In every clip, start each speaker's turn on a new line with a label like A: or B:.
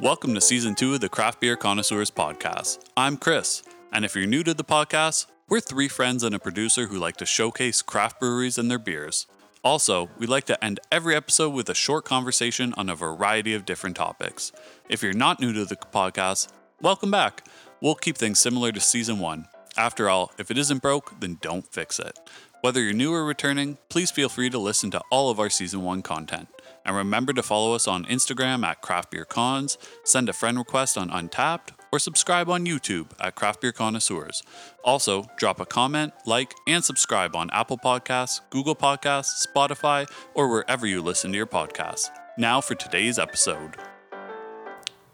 A: Welcome to season two of the Craft Beer Connoisseurs podcast. I'm Chris, and if you're new to the podcast, we're three friends and a producer who like to showcase craft breweries and their beers. Also, we like to end every episode with a short conversation on a variety of different topics. If you're not new to the podcast, welcome back. We'll keep things similar to season one. After all, if it isn't broke, then don't fix it. Whether you're new or returning, please feel free to listen to all of our season one content. And remember to follow us on Instagram at CraftBeerCons, send a friend request on Untapped, or subscribe on YouTube at Craft Beer Connoisseurs. Also, drop a comment, like, and subscribe on Apple Podcasts, Google Podcasts, Spotify, or wherever you listen to your podcasts. Now for today's episode.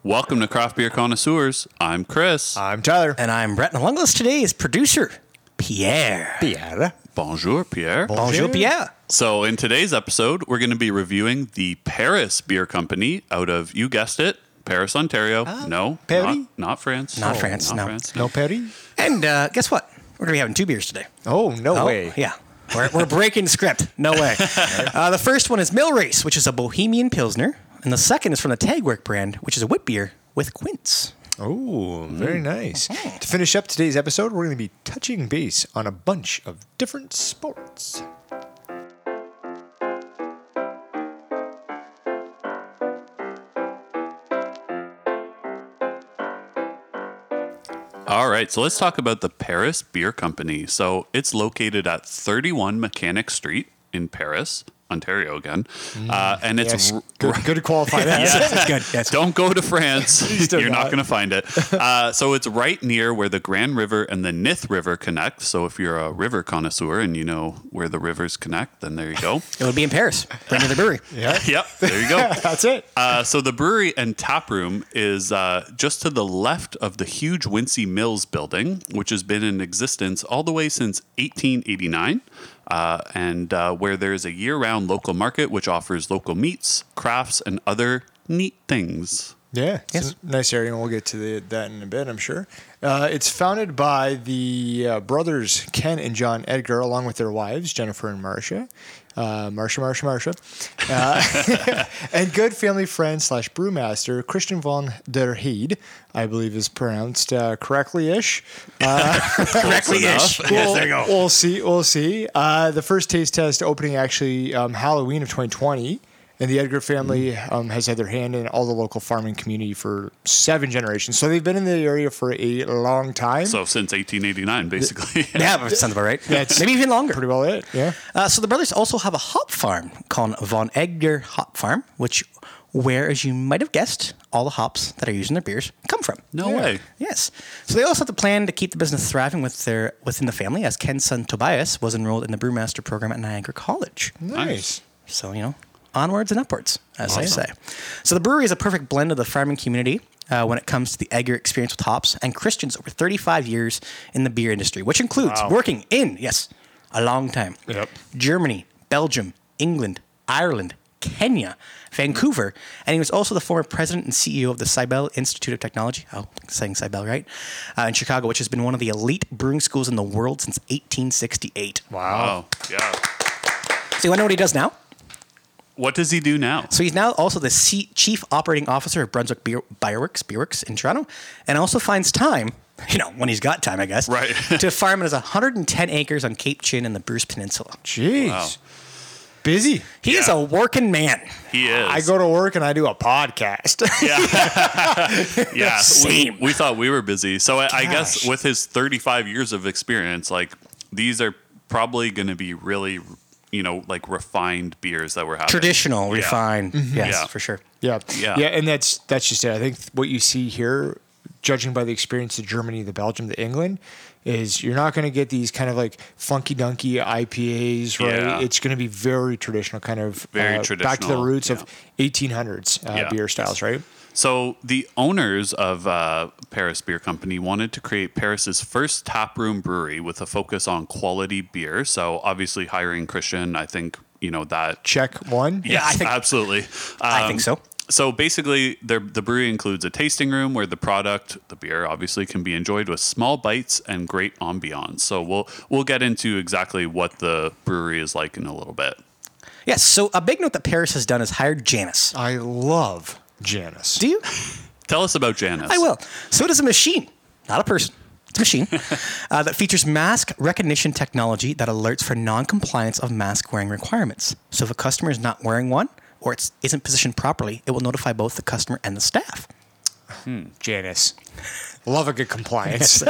A: Welcome to Craft Beer Connoisseurs. I'm Chris.
B: I'm Tyler.
C: And I'm Brett, and along with us today is producer Pierre.
B: Pierre.
A: Bonjour, Pierre.
C: Bonjour, Pierre.
A: So, in today's episode, we're going to be reviewing the Paris Beer Company out of, you guessed it, Paris, Ontario. no,
B: Uh, Paris?
A: Not, not France.
C: Not France, no.
B: No Perry?
C: And uh, guess what? We're gonna be having two beers today.
B: Oh, no
C: Oh,
B: way.
C: Yeah. We're, we're breaking script. No way. uh, the first one is Mill Race, which is a Bohemian Pilsner, and the second is from the Tagwerk brand, which is a wit beer with quince.
B: Oh, very nice. To finish up today's episode, we're going to be touching base on a bunch of different sports.
A: All right, so let's talk about the Paris Beer Company. So it's located at 31 Mechanic Street in Paris, Ontario again. Uh, and it's
B: Mm, Yes.
A: r-
B: Good, good to qualify that.
C: That's good. That's
A: Don't go to France.
B: do
A: You're not
B: not.
A: going to find it. Uh, so it's right near where the Grand River and the Nith River connect. So if you're a river connoisseur and you know where the rivers connect, then there you go.
C: It would be in Paris. Brand new brewery.
B: Yeah.
A: yep, there you go.
B: That's it.
A: Uh, so the brewery and tap room is uh, just to the left of the huge Wincy Mills building, which has been in existence all the way since 1889, uh, and uh, where there is a year-round local market which offers local meats, crafts, and other neat things.
B: Yeah. It's
C: Yes.
B: a nice area, and we'll get to the, that in a bit, I'm sure. Uh, it's founded by the uh, brothers Ken and John Edgar, along with their wives, Jennifer and Marcia. Uh, Marcia, Marcia, Marcia. Uh, and good family friend slash brewmaster, Christian von der Heide, I believe is pronounced uh, correctly ish.
C: Correctly ish.
A: enough.
B: We'll, we'll see. We'll see. Uh, the first taste test opening actually um, Halloween of 2020, and the Edgar family
A: Mm-hmm.
B: um, has had their hand in all the local farming community for seven generations. So they've been in the area for a long time.
A: So since 1889, basically.
C: Yeah, but sounds about right.
B: That's
C: Maybe even longer.
B: pretty well it. Yeah.
C: Uh, so the brothers also have a hop farm called Von Egger Hop Farm, which, where as you might have guessed, all the hops that are used in their beers come from.
A: No
B: Yeah.
A: way.
C: Yes. So they also have the plan to keep the business thriving with their within the family, as Ken's son Tobias was enrolled in the brewmaster program at Niagara College.
B: Nice.
C: So, you know, onwards and upwards, as they say. So, the brewery is a perfect blend of the farming community uh, when it comes to the Egger experience with hops and Christian's over 35 years in the beer industry, which includes working in, yes, a long time,
B: Yep.
C: Germany, Belgium, England, Ireland, Kenya, Vancouver, and he was also the former president and CEO of the Seibel Institute of Technology. Oh, saying Seibel, right? Uh, in Chicago, which has been one of the elite brewing schools in the world since 1868.
B: Oh.
A: Wow. Oh, Yeah.
C: So, you want to know what he does now?
A: What does he do now?
C: So he's now also the C- chief operating officer of Brunswick Beer- Bioworks, Beerworks in Toronto, and also finds time, you know, when he's got time, I guess,
A: Right.
C: to farm his 110 acres on Cape Chin in the Bruce Peninsula.
B: Jeez.
A: Wow.
B: Busy.
C: He is
A: Yeah.
C: a working man.
A: He is.
B: I go to work and I do a podcast.
A: yeah.
C: Same.
A: We, we thought we were busy. So I, I guess
C: Gosh.
A: with his 35 years of experience, like these are probably going to be really, you know, like refined beers that we're having.
C: Traditional,
A: Yeah.
C: refined. Yes,
A: Yeah.
C: for sure.
B: Yeah.
A: Yeah.
B: Yeah. And that's that's just it. I think what you see here, judging by the experience of Germany, the Belgium, the England, is you're not going to get these kind of like funky dunky IPAs, right?
A: Yeah.
B: It's going to be very traditional, kind of uh,
A: Very
B: back to the
A: traditional,
B: roots
A: yeah.
B: of 1800s uh,
A: Yeah.
B: beer styles, right?
A: So the owners of uh, Paris Beer Company wanted to create Paris's first taproom brewery with a focus on quality beer. So obviously hiring Christian, I think, you know, that
B: Check one.
A: Yes,
C: I think-
A: absolutely. Um,
C: I think so.
A: So basically, their, the brewery includes a tasting room where the product, the beer, obviously can be enjoyed with small bites and great ambiance. So we'll we'll get into exactly what the brewery is like in a little bit.
C: Yes, so a big note that Paris has done is hired Janice.
B: I love Janice.
C: Do you?
A: Tell us about Janus.
C: I will. So it is a machine, not a person. It's a machine uh, that features mask recognition technology that alerts for non-compliance of mask wearing requirements. So if a customer is not wearing one or it isn't positioned properly, it will notify both the customer and the staff.
D: Janice.
B: Love a good compliance.
C: you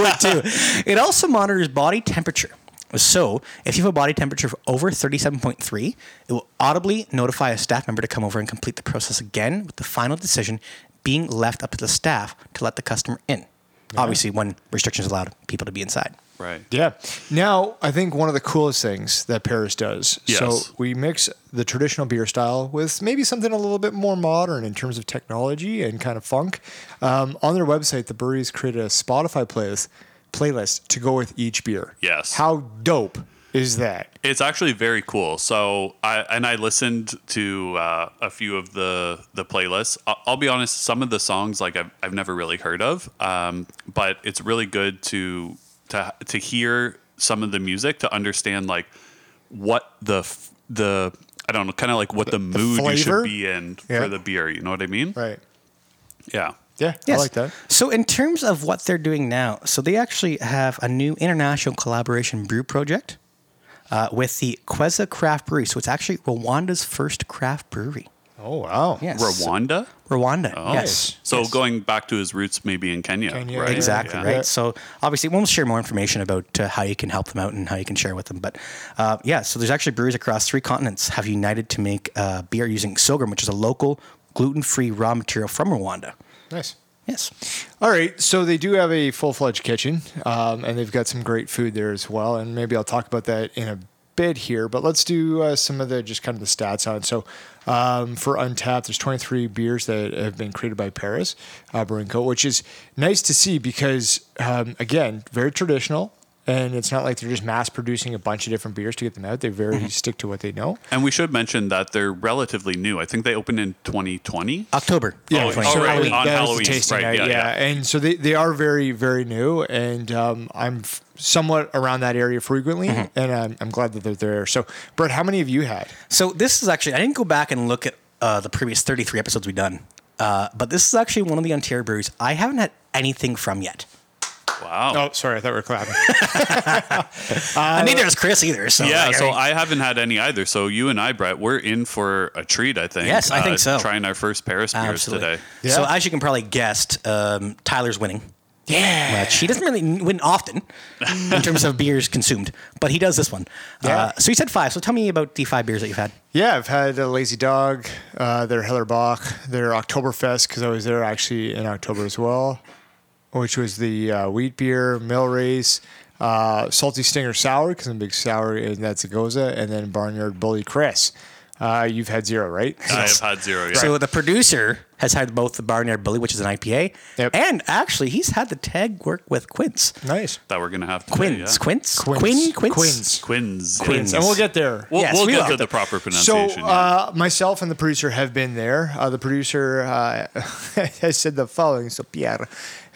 C: would too. It also monitors body temperature. So, if you have a body temperature of over 37.3, it will audibly notify a staff member to come over and complete the process again, with the final decision being left up to the staff to let the customer in. Obviously, when restrictions allow people to be inside.
A: Right.
B: yeah. Now, I think one of the coolest things that Paris does.
A: Yes.
B: So we mix the traditional beer style with maybe something a little bit more modern in terms of technology and kind of funk. Um, on their website, the breweries created a Spotify playlist playlist to go with each beer.
A: Yes.
B: How dope is that?
A: It's actually very cool. So I and I listened to uh, a few of the the playlists. I- I'll be honest, some of the songs like I've, I've never really heard of, um, but it's really good to to to hear some of the music to understand like what the f- the I don't know, kind of like what the, mood you should
B: flavor?
A: be in
B: Yeah.
A: for the beer. You know what I mean?
B: Right.
A: Yeah.
B: Yeah. I like that.
C: So, in terms of what they're doing now, so they actually have a new international collaboration brew project uh, with the Queza Craft Brewery. So, it's actually Rwanda's first craft brewery.
B: Oh wow.
C: Yes.
A: Rwanda.
C: Rwanda.
B: Oh.
C: Yes.
A: So going back to his roots, maybe in Kenya.
B: Kenya,
A: right?
B: yeah.
C: Exactly,
A: Yeah.
C: right? So obviously, we'll share more information about uh, how you can help them out and how you can share with them. But uh, yeah, so there's actually breweries across three continents have united to make uh, beer using sorghum, which is a local gluten-free raw material from Rwanda.
B: Nice.
C: Yes.
B: All right, so they do have a full-fledged kitchen, um, and they've got some great food there as well. And maybe I'll talk about that in a bit here, but let's do uh, some of the just kind of the stats on. it. So um, for Untapped, there's 23 beers that have been created by Paris uh, Brewing Co., which is nice to see because um, again, very traditional. And it's not like they're just mass producing a bunch of different beers to get them out. They very stick to what they know.
A: And we should mention that they're relatively new. I think they opened in 2020.
C: October.
A: Yeah,
B: Yeah,
A: Oh,
B: so
A: right, on
B: Halloween- that was the
A: Halloween,
B: tasting
A: right,
B: night,
A: yeah,
B: Yeah,
A: yeah.
B: and so they, they are very very new, and um, I'm f- somewhat around that area frequently,
A: Mm-hmm.
B: and um, I'm, I'm glad that they're there. So, Brett, how many of you had?
A: Oh.
C: So this is actually I didn't go back and look at uh, the previous 33 episodes we've done, uh, but this is actually one of the Ontario breweries I haven't had anything from yet. Oh,
A: Wow.
B: Oh, sorry, I thought we were clapping.
C: and neither is Chris either. So
A: Uh, Yeah,
C: like, I
A: so
C: mean-
A: I haven't had any either. So you and I, Brett, we're in for a treat. I think. Uh,
C: Yes, I think so.
A: Trying our first Paris beers
C: Absolutely.
A: today.
C: So
B: Yeah.
C: as you can probably guess, um, Tyler's winning.
B: yeah,
C: Uh, He doesn't really win often in terms of beers consumed, but he does this one.
B: Yeah.
C: Uh, so you said five. So tell me about the five beers that you've had.
B: yeah. I've had a Lazy Dog, uh, their Hellerbach, their Oktoberfest because I was there actually in October as well, which was the uh, wheat beer mill race. Uh, salty stinger sour because I'm a big sour and that's a goza, and then barnyard bully Chris. Uh, you've had zero, right?
A: I have had zero. Yeah.
C: So the producer has had both the Barnyard Bully, which is an IPA,
B: Yep.
C: and actually he's had the tag work with Quince.
B: Nice.
A: that we're gonna have to
C: Quince,
A: Yeah.
C: Quince,
B: Quince.
C: Quin, Quince.
B: Quince.
A: Quins. yeah.
C: Quins.
B: And we'll get there.
A: We'll,
C: Yes,
A: we'll
C: we
A: get
C: will.
A: to the proper
B: So,
A: pronunciation. yeah.
B: uh, myself and the producer have been there. Uh, the producer uh, has said the following. So, Pierre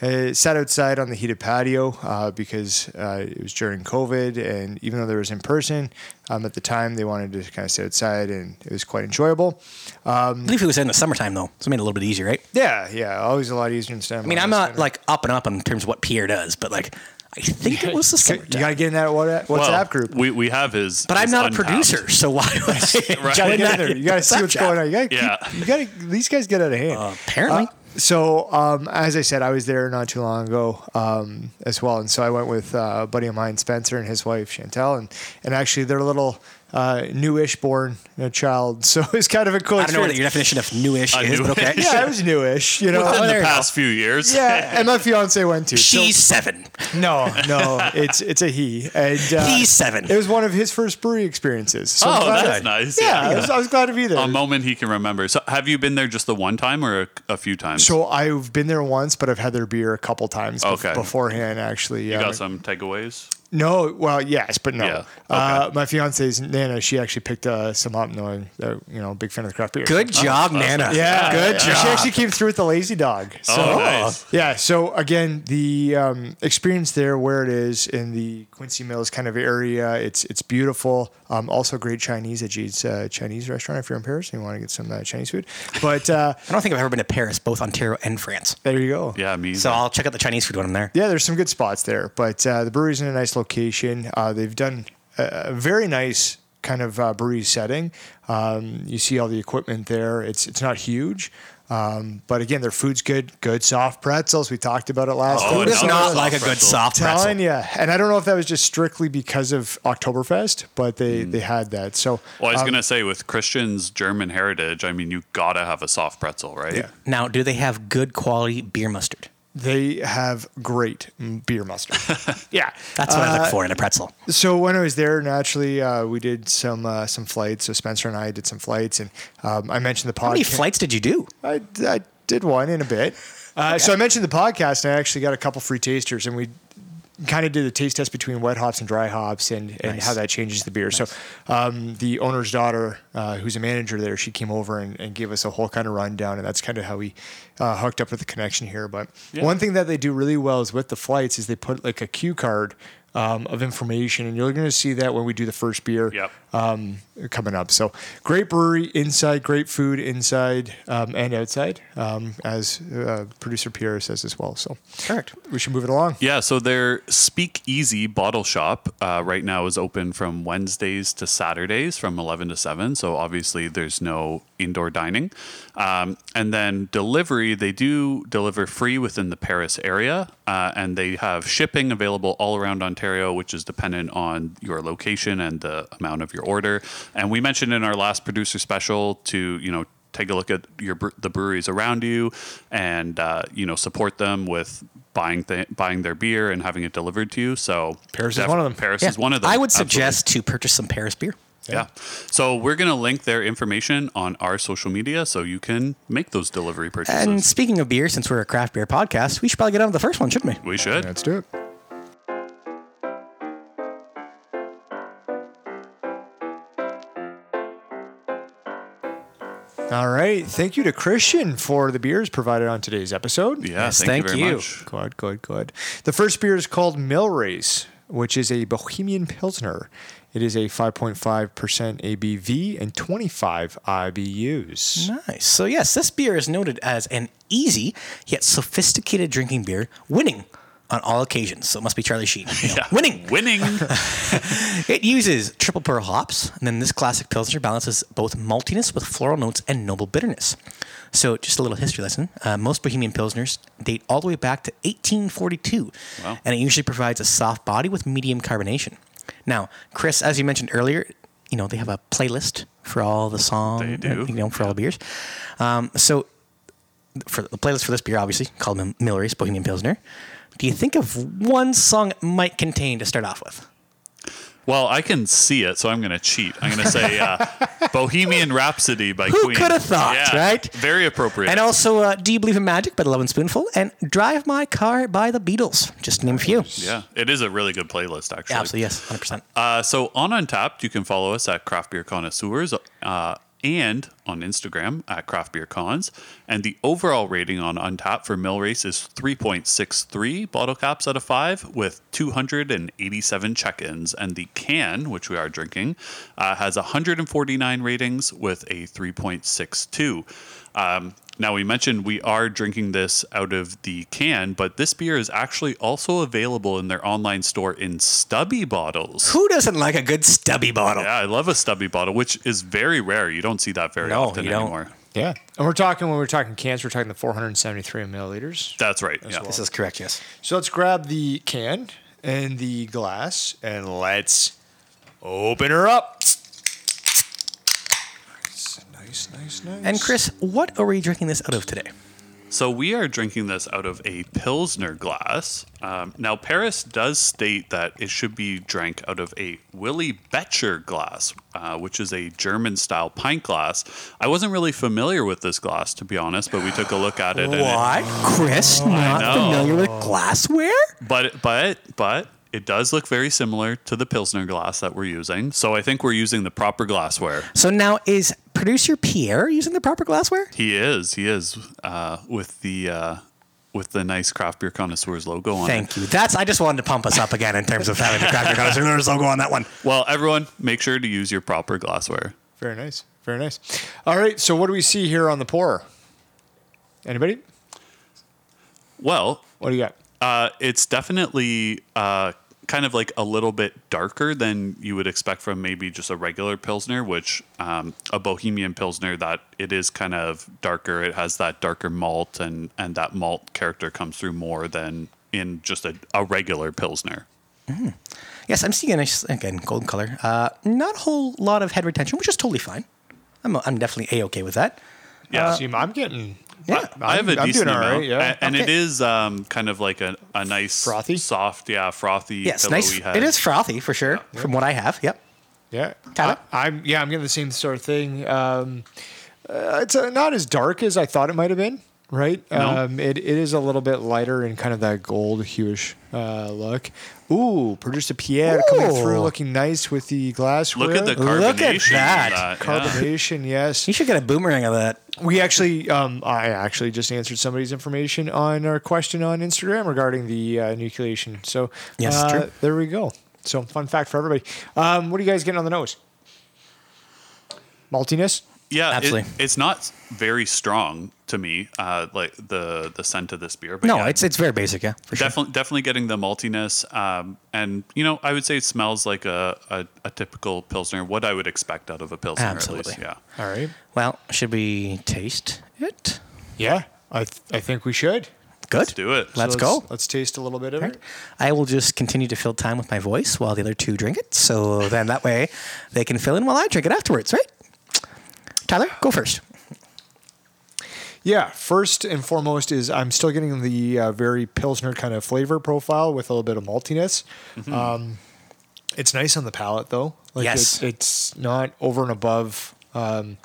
B: uh, sat outside on the heated patio uh, because uh, it was during COVID. And even though there was in person, um, at the time they wanted to kind of sit outside and it was quite enjoyable.
C: I believe it was in the summertime though, so it made it a little bit easier, right?
B: Yeah, yeah. Always a lot easier to stand.
C: I mean, I'm not like up and up in terms of what Pierre does, but like I think it was the
B: You
C: summertime.
B: got to get in that what- WhatsApp
A: well,
B: group.
A: We, we have his.
C: but I'm
A: his
C: not a
A: untapped.
C: producer, so why would I?
B: You gotta get in there. You gotta see what's
C: Snapchat.
B: going on. You gotta,
A: Yeah.
B: keep, you gotta. These guys get out of hand.
C: Apparently.
B: Uh, so, um, as I said, I was there not too long ago um, as well, and so I went with uh, a buddy of mine, Spencer, and his wife Chantel, and and actually their little uh, newish born uh, child. So it's kind of a cool.
C: I don't know what
B: experience.
C: your definition of newish
A: I
C: is,
A: knew
C: but okay.
A: it.
B: Yeah, it was newish, you know.
C: Within
A: In
C: There
A: the
C: you go.
A: past few years.
B: yeah, and my fiance went too. So-
C: She's seven.
B: no, no, it's it's a he, and uh,
C: He's seven.
B: It was one of his first brewery experiences. So I'm
A: Oh,
B: glad-
A: that's nice.
B: Yeah, I,
A: Yeah.
B: was, I was glad to be there.
A: A moment he can remember. So, have you been there just the one time or a, a few times?
B: So I've been there once, but I've had their beer a couple times bef-
A: Okay.
B: beforehand. Actually, uh, yeah.
A: you got some takeaways.
B: No, well, yes, but no.
A: Yeah,
B: Uh, my fiance's Nana, she actually picked uh, some up, knowing that you know, big fan of the craft beer.
C: Good job, Nana.
B: Yeah,
C: Good
B: She
C: job.
B: actually came through with the lazy dog. So
A: Oh, nice.
B: yeah. So again, the um, experience there, where it is in the Quincy Mills kind of area, it's it's beautiful. Um, also, great Chinese at G's uh, Chinese restaurant if you're in Paris and you want to get some uh, Chinese food. But uh,
C: I don't think I've ever been to Paris, both Ontario and France.
B: there you go.
A: Yeah, me.
C: So
A: either.
C: I'll check out the Chinese food when I'm there.
B: Yeah, there's some good spots there, but uh, the brewery's in a nice location. Uh, they've done a, a very nice kind of uh, brewery setting. Um, you see all the equipment there. It's it's not huge, um, but again, their food's good. Good soft pretzels. We talked about it
A: Oh,
B: last. time.
A: Who
C: Who does
A: another
C: not
A: soft
C: like a good
A: pretzel.
C: soft pretzel?
B: Telling you, and I don't know if that was just strictly because of Oktoberfest, but they they had that. So
A: Mm. well, I was
B: um,
A: gonna say with Christian's German heritage, I mean, you gotta have a soft pretzel, right? Yeah.
C: Now, do they have good quality beer mustard?
B: they have great mm, beer mustard. yeah,
C: That's what I look for in a pretzel.
B: So when I was there, naturally, uh, we did some uh, some flights. So Spencer and I did some flights, and um, I mentioned the podcast.
C: How many flights did you do?
B: I, I did one in a bit. Uh, So I mentioned the podcast, and I actually got a couple free tasters, and we kind of did a taste test between wet hops and dry hops, and, and
C: Nice.
B: how that changes the beer. So um, the owner's daughter, uh, who's a manager there, she came over and, and gave us a whole kind of rundown, and that's kind of how we uh, hooked up with the connection here. But one thing that they do really well is with the flights is they put like a cue card. Um, of information, and you're going to see that when we do the first beer
A: Yep.
B: um, coming up. So great brewery inside, great food inside um, and outside, um, as uh, producer Pierre says as well. So
C: Correct.
B: we should move it along.
A: Yeah, so their Speakeasy bottle shop uh, right now is open from Wednesdays to Saturdays from 11 to 7. So obviously, there's no indoor dining. Um, and then delivery, they do deliver free within the Paris area. Uh, and they have shipping available all around Ontario, which is dependent on your location and the amount of your order. And we mentioned in our last producer special to, you know, take a look at your bre- the breweries around you and uh, you know support them with buying th- buying their beer and having it delivered to you. So
B: Paris is one of them.
A: Paris
C: Yeah.
A: is one of them.
C: I would
A: absolutely.
C: suggest to purchase some Paris beer.
A: Yeah. So we're gonna link their information on our social media so you can make those delivery purchases.
C: And speaking of beer, since we're a craft beer podcast, we should probably get on with the first one, shouldn't we?
A: we should.
B: Let's do it. All right. Thank you to Christian for the beers provided on today's episode.
A: Yeah.
C: Yes,
A: thank,
C: thank
A: you very
C: you.
A: much.
B: Good, good, good. The first beer is called Mill Race, which is a Bohemian Pilsner. It is a 5.5% ABV and 25 IBUs.
C: Nice. So, yes, this beer is noted as an easy yet sophisticated drinking beer, winning on all occasions. So, it must be Charlie Sheen. you know, Winning.
A: Winning.
C: It uses triple pearl hops, and then this classic pilsner balances both maltiness with floral notes and noble bitterness. So, just a little history lesson: uh, most Bohemian pilsners date all the way back to 1842,
A: Wow.
C: and it usually provides a soft body with medium carbonation. Now, Chris, as you mentioned earlier, you know they have a playlist for all the songs,
A: They do.
C: you know, for all the beers. Um, so, for the playlist for this beer, obviously called Mil- Millery's Bohemian Pilsner. Do you think of one song it might contain to start off with?
A: well, I can see it, so I'm gonna cheat. I'm gonna say uh, Bohemian Rhapsody by
C: Who
A: Queen.
C: coulda thought, right?
A: Very appropriate.
C: And also, uh, Do You Believe in Magic by the Love and Spoonful and Drive My Car by the Beatles, just to name a few.
A: yeah, it is a really good playlist, actually.
C: Absolutely, yes, 100%.
A: Uh, so on Untapped, you can follow us at Craft Beer Connoisseurs uh, and on Instagram at Craft Beer Cons. And the overall rating on Untapped for Mill Race is 3.63 bottle caps out of 5 with 287 check-ins. And the can, which we are drinking, uh, has 149 ratings with a 3.62. Um, now, we mentioned we are drinking this out of the can, but this beer is actually also available in their online store in stubby bottles.
C: Who doesn't like a good stubby bottle?
A: Yeah, I love a stubby bottle, which is very rare. You don't see that very
C: No,
A: often
C: you don't.
A: anymore.
B: Yeah. And we're talking, when we're talking cans, we're talking the 473 milliliters.
A: That's right. yeah.
C: This is correct, yes.
B: So let's grab the can and the glass and let's open her up. Nice, nice, nice.
C: And Chris, what are we drinking this out of today?
A: So we are drinking this out of a Pilsner glass. Um, now, Paris does state that it should be drank out of a Willy Betcher glass, uh, which is a German style pint glass. I wasn't really familiar with this glass, to be honest, but we took a look at it. and it-
C: Chris, not
A: Oh, know.
C: familiar with glassware?
A: But but but It does look very similar to the Pilsner glass that we're using. So I think we're using the proper glassware.
C: So now is producer Pierre using the proper glassware?
A: He is. He is uh, with the uh, with the nice craft beer connoisseurs logo on it.
C: Thank you. That's I just wanted to pump us up again in terms of having the cracker connoisseurs logo on that one.
A: Well, everyone, make sure to use your proper glassware.
B: Very nice. Very nice. All right. So what do we see here on the pour? Anybody?
A: Well,
B: What do you got?
A: uh, it's definitely uh, kind of like a little bit darker than you would expect from maybe just a regular pilsner, which um, a Bohemian pilsner that it is kind of darker. It has that darker malt, and and that malt character comes through more than in just a, a regular pilsner.
C: Yes, I'm seeing a nice again golden color. Uh, not a whole lot of head retention, which is totally fine. I'm I'm definitely a okay with that.
A: Yeah,
B: See, I'm getting.
C: Uh, Yeah.
A: I have a
B: I'm
A: decent
B: doing all
A: amount,
B: right, yeah.
A: a- and it
C: Okay.
A: is um, kind of like a, a nice
B: Frothy?
A: soft, yeah, frothy.
C: Yes,
A: pillowy
C: nice.
A: Head.
C: It is frothy for sure, from what I have. Yep.
B: Yeah,
C: Tyler?
B: I, am Yeah, I'm getting the same sort of thing. Um, uh, it's uh, not as dark as I thought it might have been. Right.
A: No.
B: Um, it, it is a little bit lighter and kind of that gold hueish uh, look. Ooh, producer Pierre coming through,
C: Ooh.
B: looking nice with the glassware.
A: Look at the carbonation.
C: Look at
A: in
C: that.
A: yeah.
B: carbonation. Yes.
C: You should get a boomerang of that.
B: We actually, um, I actually just answered somebody's information on our question on Instagram regarding the uh, nucleation. So
C: Yes,
B: uh,
C: true.
B: there we go. So fun fact for everybody. Um, what are you guys getting on the nose? Maltiness.
A: Yeah, it-
C: Absolutely.
A: it's not very strong to me, uh, like the the scent of this beer. But
C: No,
A: yeah,
C: it's it's very basic. Yeah, for sure.
A: definitely definitely getting the maltiness. Um, and you know, I would say it smells like a, a, a typical pilsner. What I would expect out of a pilsner,
C: Absolutely.
A: at least. Yeah.
B: All right.
C: Well, should we taste it?
B: Yeah, I th- I think we should.
C: Good.
A: Let's do it.
C: Let's
B: So
C: go.
B: Let's taste a little bit of
C: Right.
B: it.
C: I will just continue to fill time with my voice while the other two drink it. So then that way they can fill in while I drink it afterwards, right? Tyler, go first.
B: Yeah. First and foremost is I'm still getting the uh, very pilsner kind of flavor profile with a little bit of maltiness. Um, it's nice on the palate though. Like
C: Yes.
B: it, it's not over and above. Um,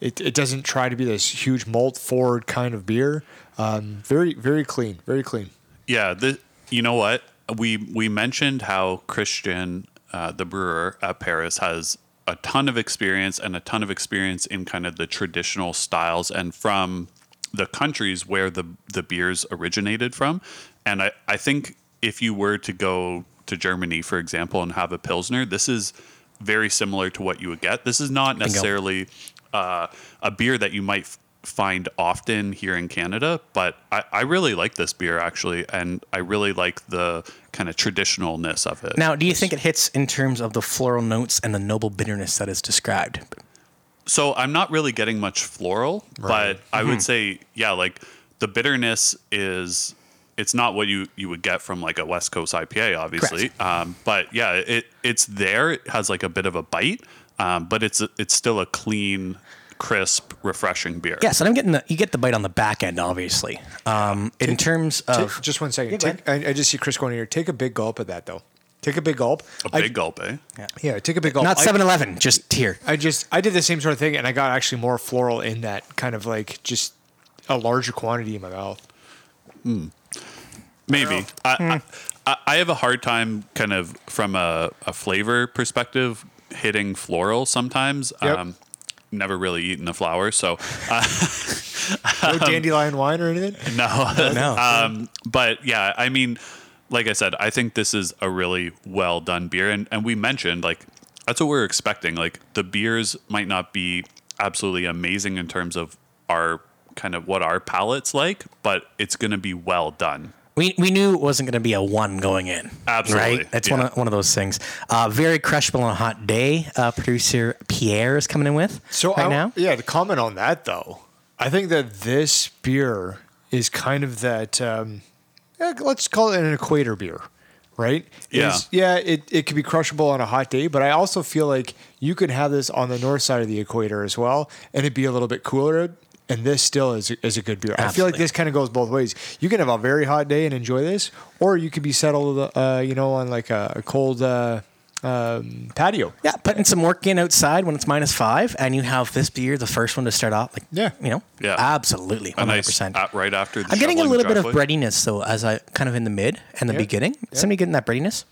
B: it it doesn't try to be this huge malt forward kind of beer. Um, very very clean. Very clean.
A: Yeah, the, you know what we we mentioned how Christian, uh, the brewer at Paris, has a ton of experience and a ton of experience in kind of the traditional styles and from the countries where the the beers originated from, and I I think if you were to go to Germany, for example, and have a pilsner, this is very similar to what you would get. This is not necessarily uh, a beer that you might f- find often here in Canada, but I, I really like this beer actually, and I really like the kind of traditionalness of it.
C: Now, do you think it hits in terms of the floral notes and the noble bitterness that is described?
A: so I'm not really getting much floral, but I would say, yeah, like the bitterness is it's not what you you would get from like a West Coast IPA, obviously. Um, but yeah, it it's there. It has like a bit of a bite, um, but it's it's still a clean, crisp, refreshing beer.
C: Yes, and I'm getting the you get the bite on the back end, obviously. Um, in terms of
B: Take- just one second.
C: go
B: Take, Uh, I, I just see Chris going here. Take a big gulp of that though. Take a big gulp.
A: a
B: I-
A: big gulp, eh?
B: Yeah, take a big gulp.
C: not
B: I-
C: 7-Eleven, just here.
B: I just I did the same sort of thing, and I got actually more floral in that kind of like just a larger quantity in my mouth.
A: Maybe. I, I, I have a hard time kind of from a, a flavor perspective hitting floral sometimes.
B: Yep.
A: Um, never really eaten a flower. So, uh,
B: No dandelion wine or anything.
A: no.
C: No.
A: um, but yeah, I mean, like I said, I think this is a really well done beer. And, and we mentioned, like, that's what we're expecting. Like, the beers might not be absolutely amazing in terms of our kind of what our palate's like, but it's going to be well done.
C: we, we knew it wasn't going to be a one going in.
A: Absolutely,
C: Right? That's one,
A: yeah.
C: of, one of those things. Uh, very crushable on a hot day. Uh, producer Pierre is coming in with
B: So
C: right
B: I,
C: now.
B: yeah, to comment on that though, I think that this beer is kind of that. Um, eh, let's call it an equator beer, right? It
A: Yeah.
B: is- yeah. It it could be crushable on a hot day, but I also feel like you could have this on the north side of the equator as well, and it'd be a little bit cooler. And this still is is a good beer. I feel like
C: Absolutely.
B: this kind of goes both ways. You can have a very hot day and enjoy this, or you could be settled, uh, you know, on like a, a cold uh, um, patio.
C: Yeah, putting some work in outside when it's minus five, and you have this beer, the first one to start off. Like,
B: Yeah.
C: you know,
A: Yeah.
C: absolutely,
A: A
C: one hundred
A: nice
C: percent.
A: at- right after the
C: I'm getting a
A: shoveling
C: little bit of
A: driveway.
C: breadiness though, as I kind of in the mid and the
B: Yeah.
C: beginning. Somebody getting that breadiness?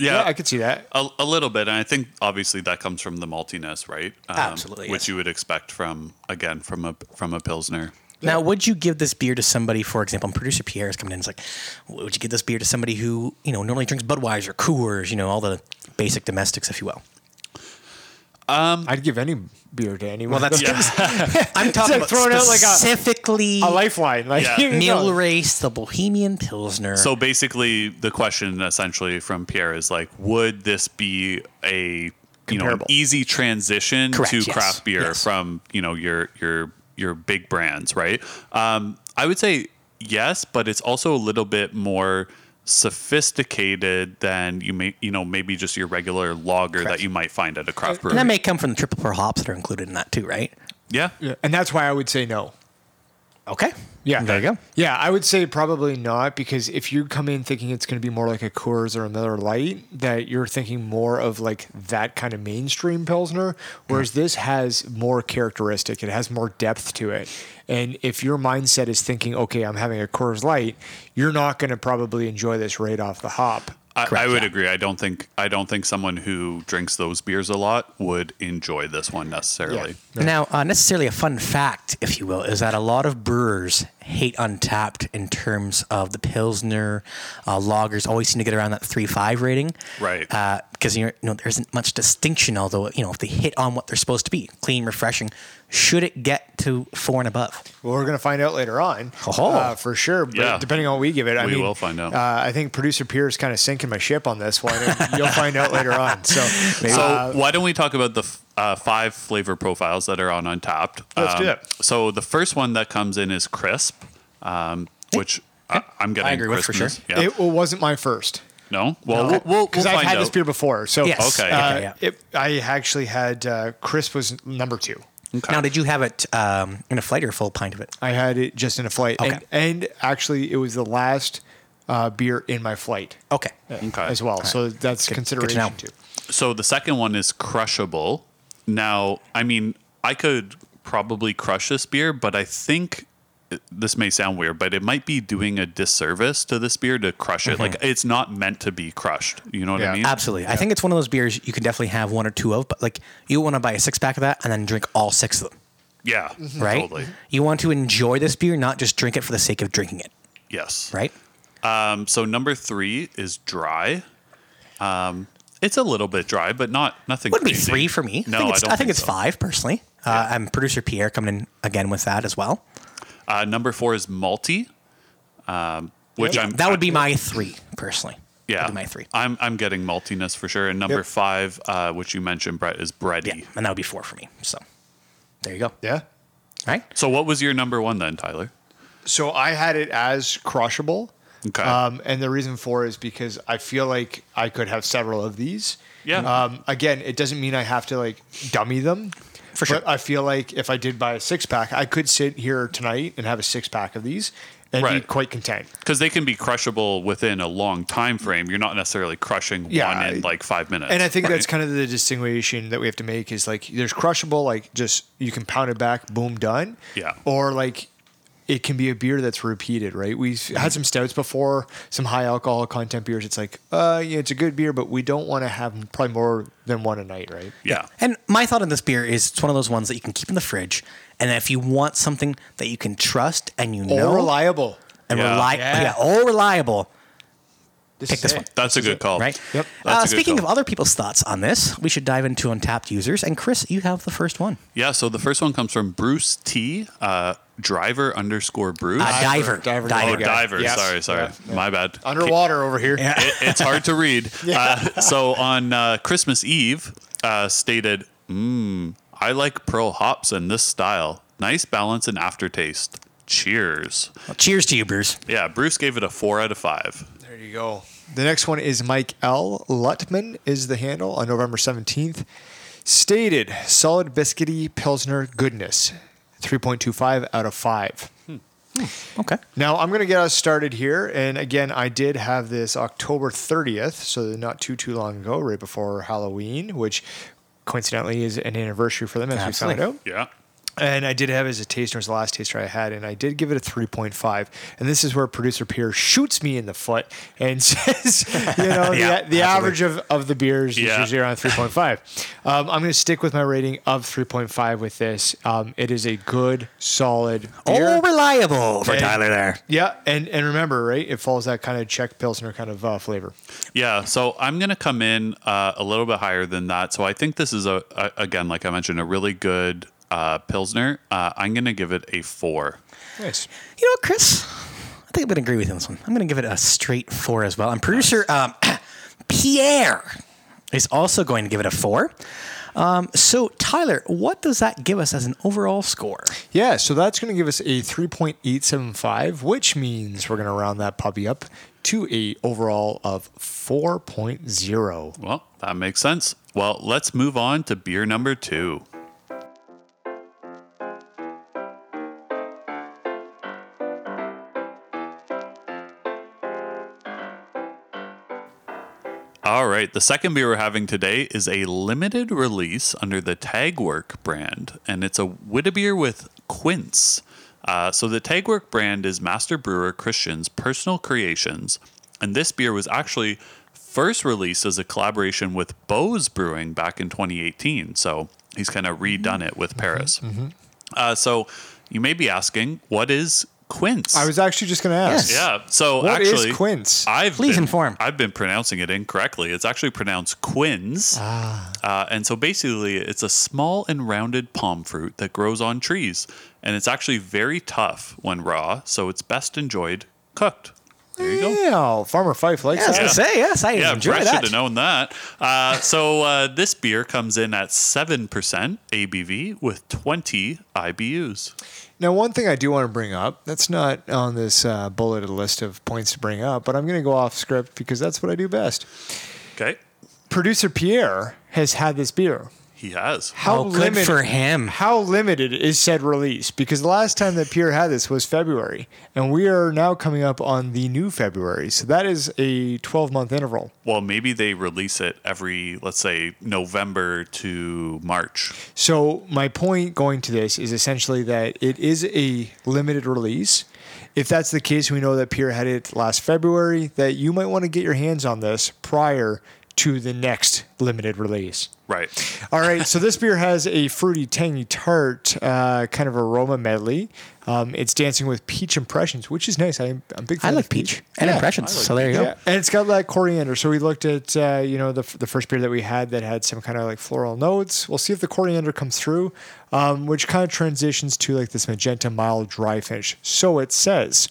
B: Yeah, I could see that.
A: A, a little bit, and I think obviously that comes from the maltiness, right? Um,
C: Absolutely,
A: which
C: yes.
A: you would expect from again from a from a pilsner.
C: Now, would you give this beer to somebody, for example, and producer Pierre is coming in, it's like, would you give this beer to somebody who, you know, normally drinks Budweiser, Coors, you know, all the basic domestics, if you will?
B: I'd give any beer to anyone.
C: Well, that's, I'm talking
B: like
C: about
B: throwing out like a-
C: specifically
B: a lifeline. Like
A: Yeah.
B: you know.
C: meal race, the Bohemian Pilsner.
A: So basically, the question essentially from Pierre is like, would this be a you know an
B: Comparable.
A: easy transition
C: Correct,
A: to
C: yes,
A: craft beer
C: yes.
A: from you know your your your big brands, right? Um, I would say yes, but it's also a little bit more sophisticated than you may you know maybe just your regular lager that you might find at a craft brewery.
C: and that may come from the triple pearl hops that are included in that too, right?
A: yeah.
B: Yeah, and that's why I would say no.
C: Okay.
B: Yeah,
C: There you go.
B: Yeah, I would say probably not because if you come in thinking it's going to be more like a Coors or another light, that you're thinking more of like that kind of mainstream pilsner, whereas this has more characteristic. It has more depth to it, and if your mindset is thinking, okay, I'm having a Coors Light, you're not going to probably enjoy this right off the hop.
A: I, I
C: Correct,
A: would
C: yeah.
A: agree. I don't think I don't think someone who drinks those beers a lot would enjoy this one necessarily.
C: Now, uh, necessarily a fun fact, if you will, is that a lot of brewers hate Untapped in terms of the Pilsner uh, lagers. Always seem to get around that three five rating,
A: Right.
C: Because you know there isn't much distinction. Although you know if they hit on what they're supposed to be, clean, refreshing, should it get to four and above?
B: Well, we're going to find out later on,
C: Oh.
B: uh, for sure. But
A: Yeah.
B: depending on what we give it, I
A: We
B: mean,
A: will find out.
B: Uh, I think producer Pierre's kind of sinking my ship on this one. and you'll find out later on. So,
A: So
B: uh,
A: why don't we talk about the f- uh, five flavor profiles that are on Untapped?
B: Let's do
A: that.
B: that.
A: So the first one that comes in is crisp, um, which I, I'm getting.
C: I agree with for sure.
A: Christmas. Yeah.
B: it wasn't my first.
A: no. Well, we'll, we'll, we'll
B: because I've
A: find
B: had
A: out.
B: this beer before. So,
C: Yes.
A: Okay.
B: uh,
C: Okay, yeah.
B: it, I actually had uh, crisp was number two.
A: Okay.
C: Now, did you have it um, in a flight or a full pint of it?
B: I had it just in a flight,
C: Okay.
B: and, and actually, it was the last uh, beer in my flight
C: Okay.
A: Okay.
B: as well. So that's consideration
C: know.
B: too.
A: So the second one is crushable. Now, I mean, I could probably crush this beer, but I think this may sound weird, but it might be doing a disservice to this beer to crush
C: Mm-hmm.
A: it. Like it's not meant to be crushed. You know what I
B: Yeah.
A: mean?
C: Absolutely. I think it's one of those beers you can definitely have one or two of, but like you want to buy a six pack of that and then drink all six of them,
A: Yeah.
C: Mm-hmm. right?
A: Totally.
C: You want to enjoy this beer, not just drink it for the sake of drinking it,
A: Yes.
C: right?
A: Um, so number three is dry. Um, it's a little bit dry, but not nothing.
C: Would be
A: crazy.
C: three for me.
A: No,
C: I think it's,
A: don't
C: think it's
A: so.
C: five personally. Uh, I'm producer Pierre coming in again with that as well.
A: Uh, number four is malty, um, which I'm
C: That would be my three personally.
A: yeah
C: That'd be my three.
A: I'm I'm getting maltiness for sure. And number
B: Yep.
A: five, uh, which you mentioned, Brett, is
C: Yeah,
A: bready.
C: and that would be four for me. So there you go.
B: Yeah.
C: Right?
A: So what was your number one then, Tyler?
B: So I had it as crushable.
A: Okay.
B: Um, and the reason for is because I feel like I could have several of these.
A: Yeah.
B: Um, again, it doesn't mean I have to like dummy them.
C: For sure.
B: But I feel like if I did buy a six pack, I could sit here tonight and have a six pack of these and be
A: Right.
B: quite content.
A: Because they can be crushable within a long time frame. You're not necessarily crushing
B: Yeah,
A: one in
B: I-
A: like five minutes.
B: And I think that's
A: right?
B: kind of the distinguishing that we have to make is like there's crushable, like just you can pound it back, boom, done.
A: Yeah.
B: Or like it can be a beer that's repeated, right? We've
C: Mm-hmm.
B: had some stouts before, some high alcohol content beers. It's like, uh, yeah, it's a good beer, but we don't want to have probably more than one a night, right?
A: yeah.
C: And my thought on this beer is it's one of those ones that you can keep in the fridge. And if you want something that you can trust and you
B: Or
C: know
B: reliable.
C: and
A: Yeah.
C: reli-
B: Yeah.
C: yeah, all reliable,
B: Pick
C: this one.
A: That's a good call.
C: right?
B: Yep.
A: Oh, That's
C: Uh,
A: a good
C: speaking
A: call.
C: of other people's thoughts on this, we should dive into untapped users. And Chris, you have the first one.
A: Yeah, so the first one comes from Bruce T, uh, driver underscore Bruce.
C: Uh, diver.
B: Diver.
A: oh,
B: guy.
A: diver.
B: Yes.
A: Sorry, sorry. My bad.
B: Underwater over here.
C: Yeah.
A: It- it's hard to read. uh, so on uh, Christmas Eve, uh, stated, mm, I like pearl hops in this style. Nice balance and aftertaste. Cheers.
C: Well, cheers to you, Bruce.
A: Yeah, Bruce gave it a four out of five.
B: There you go. The next one is Mike L. Lutman is the handle on November 17th. Stated solid biscuity Pilsner goodness, 3.25 out of 5.
C: Okay.
B: Now I'm going to get us started here. And again, I did have this October 30th, so not too, too long ago, right before Halloween, which coincidentally is an anniversary for them, as we
C: Absolutely.
B: found out.
A: Yeah.
B: And I did have it as a taster. It was the last taster I had, and I did give it a 3.5. And this is where producer Pierre shoots me in the foot and says, you know,
C: Yeah,
B: the, the average of, of the beers is
A: Yeah.
B: usually around 3.5. um, I'm going to stick with my rating of 3.5 with this. Um, it is a good, solid beer.
C: All reliable for
B: And-
C: Tyler there.
B: yeah, and, and remember, right? It follows that kind of Czech Pilsner kind of uh, flavor.
A: Yeah, so I'm going to come in uh, a little bit higher than that. So I think this is a, a again, like I mentioned, a really good uh, pilsner. Uh, I'm going to give it a four.
B: Nice.
C: You know what, Chris? I think I'm going to agree with you on this one. I'm going to give it a straight four as well. And producer um, Pierre is also going to give it a four. Um, so, Tyler, what does that give us as an overall score?
B: Yeah, so that's going to give us a 3.875, which means we're going to round that puppy up to a overall of 4.0.
A: Well, that makes sense. Well, let's move on to beer number two. All right, the second beer we're having today is a limited release under the Tagwork brand, and it's a Wittebeer with quince. Uh, so the Tagwork brand is master brewer Christian's personal creations, and this beer was actually first released as a collaboration with Bose Brewing back in 2018. So he's kind
B: Mm-hmm.
A: of redone it with Paris. Uh, so you may be asking, what is quince?
B: I was actually just going to ask.
A: Yeah. So
B: What is
A: actually,
B: quince?
A: I've
C: Please
A: been,
C: inform.
A: I've been pronouncing it incorrectly. It's actually pronounced quins. Ah. Uh, and so basically, it's a small and rounded palm fruit that grows on trees, and it's actually very tough when raw. So it's best enjoyed cooked. There you go.
B: Yeah, Farmer Fife likes
C: Yeah, I was
B: that.
C: going to say, yes, I
A: Yeah,
C: enjoy
A: Brett
C: that.
A: should have known that. Uh, so uh, this beer comes in at seven percent ABV with twenty IBUs.
B: Now, one thing I do want to bring up that's not on this uh, bulleted list of points to bring up, but I'm going to go off script because that's what I do best.
A: Okay,
B: Producer Pierre has had this beer.
A: he has.
B: How
C: Oh, good for him.
B: How limited is said release? Because the last time that Pierre had this was February, and we are now coming up on the new February. So that is a 12 month interval.
A: Well, maybe they release it every, let's say, November to March.
B: So my point going to this is essentially that it is a limited release. If that's the case, we know that Pierre had it last February. That you might want to get your hands on this prior to the next limited release.
A: Right.
B: All right, so this beer has a fruity, tangy, tart uh, kind of aroma medley. Um, it's dancing with peach impressions, which is nice. I, I'm a big.
C: I
B: Fan
C: like
B: of
C: peach and
B: Yeah,
C: impressions.
A: I like
C: so there you go.
B: Yeah, and it's got like coriander. So we looked at uh, you know the f- the first beer that we had that had some kind of like floral notes. We'll see if the coriander comes through, um, which kind of transitions to like this magenta, mild, dry finish. So it says.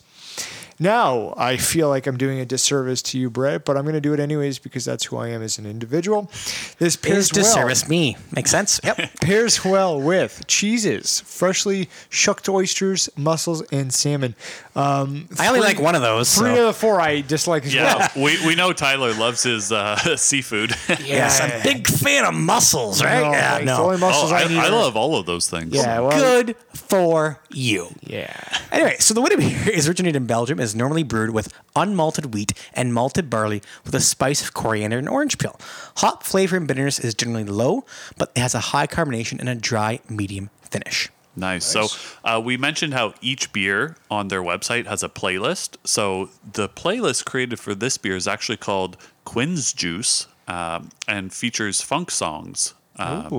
B: Now I feel like I'm doing a disservice to you, Brett, but I'm going to do it anyways because that's who I am as an individual. This pairs
C: Is
B: well
C: disservice me. Makes sense? Yep.
B: pairs well with cheeses, freshly shucked oysters, mussels, and salmon. Um,
C: I only
B: three-
C: like one of those.
B: Three
C: so-
B: out of the four I dislike as
A: Yeah.
B: well.
A: we, we know Tyler loves his uh, seafood.
C: Yes, I'm a big fan of mussels, right?
B: No,
C: yeah,
B: like, the only
C: no.
A: oh,
B: mussels
A: I,
B: I, need
A: I
B: are-
A: love all of those things.
B: Yeah, well,
C: Good for you.
B: Yeah.
C: Anyway, so the Wittebeer is originated in Belgium, is normally brewed with unmalted wheat and malted barley with a spice of coriander and orange peel. Hop flavor and bitterness is generally low, but it has a high carbonation and a dry, medium finish.
A: Nice. So uh, we mentioned how each beer on their website has a playlist. So the playlist created for this beer is actually called Quinn's Juice um, and features funk songs. Um,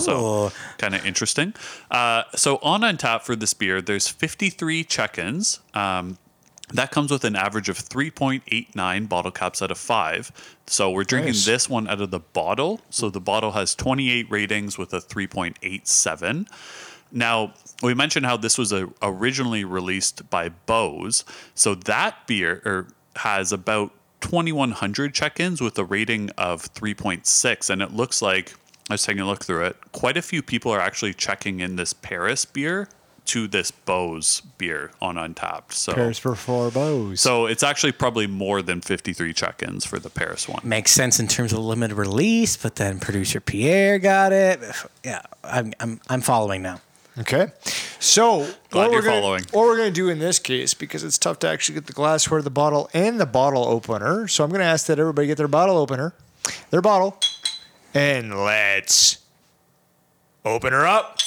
A: So kind of interesting. Uh, so on Untap for this beer, there's 53 check-ins. Um, that comes with an average of 3.89 bottle caps out of five. So we're drinking
B: Nice.
A: this one out of the bottle. So the bottle has 28 ratings with a 3.87. Now, we mentioned how this was a, originally released by Bose. So that beer er, has about 2,100 check ins with a rating of 3.6. And it looks like, I was taking a look through it, quite a few people are actually checking in this Paris beer to this Bose beer on Untapped. So.
B: Pairs for four bows.
A: So it's actually probably more than 53 check-ins for the Paris one.
C: Makes sense in terms of limited release, but then producer Pierre got it. Yeah, I'm, I'm, I'm following now.
B: Okay. So
A: Glad you're
B: what we're gonna,
A: following.
B: What we're going to do in this case, because it's tough to actually get the glassware, the bottle, and the bottle opener. So I'm going to ask that everybody get their bottle opener, their bottle, and let's open her up.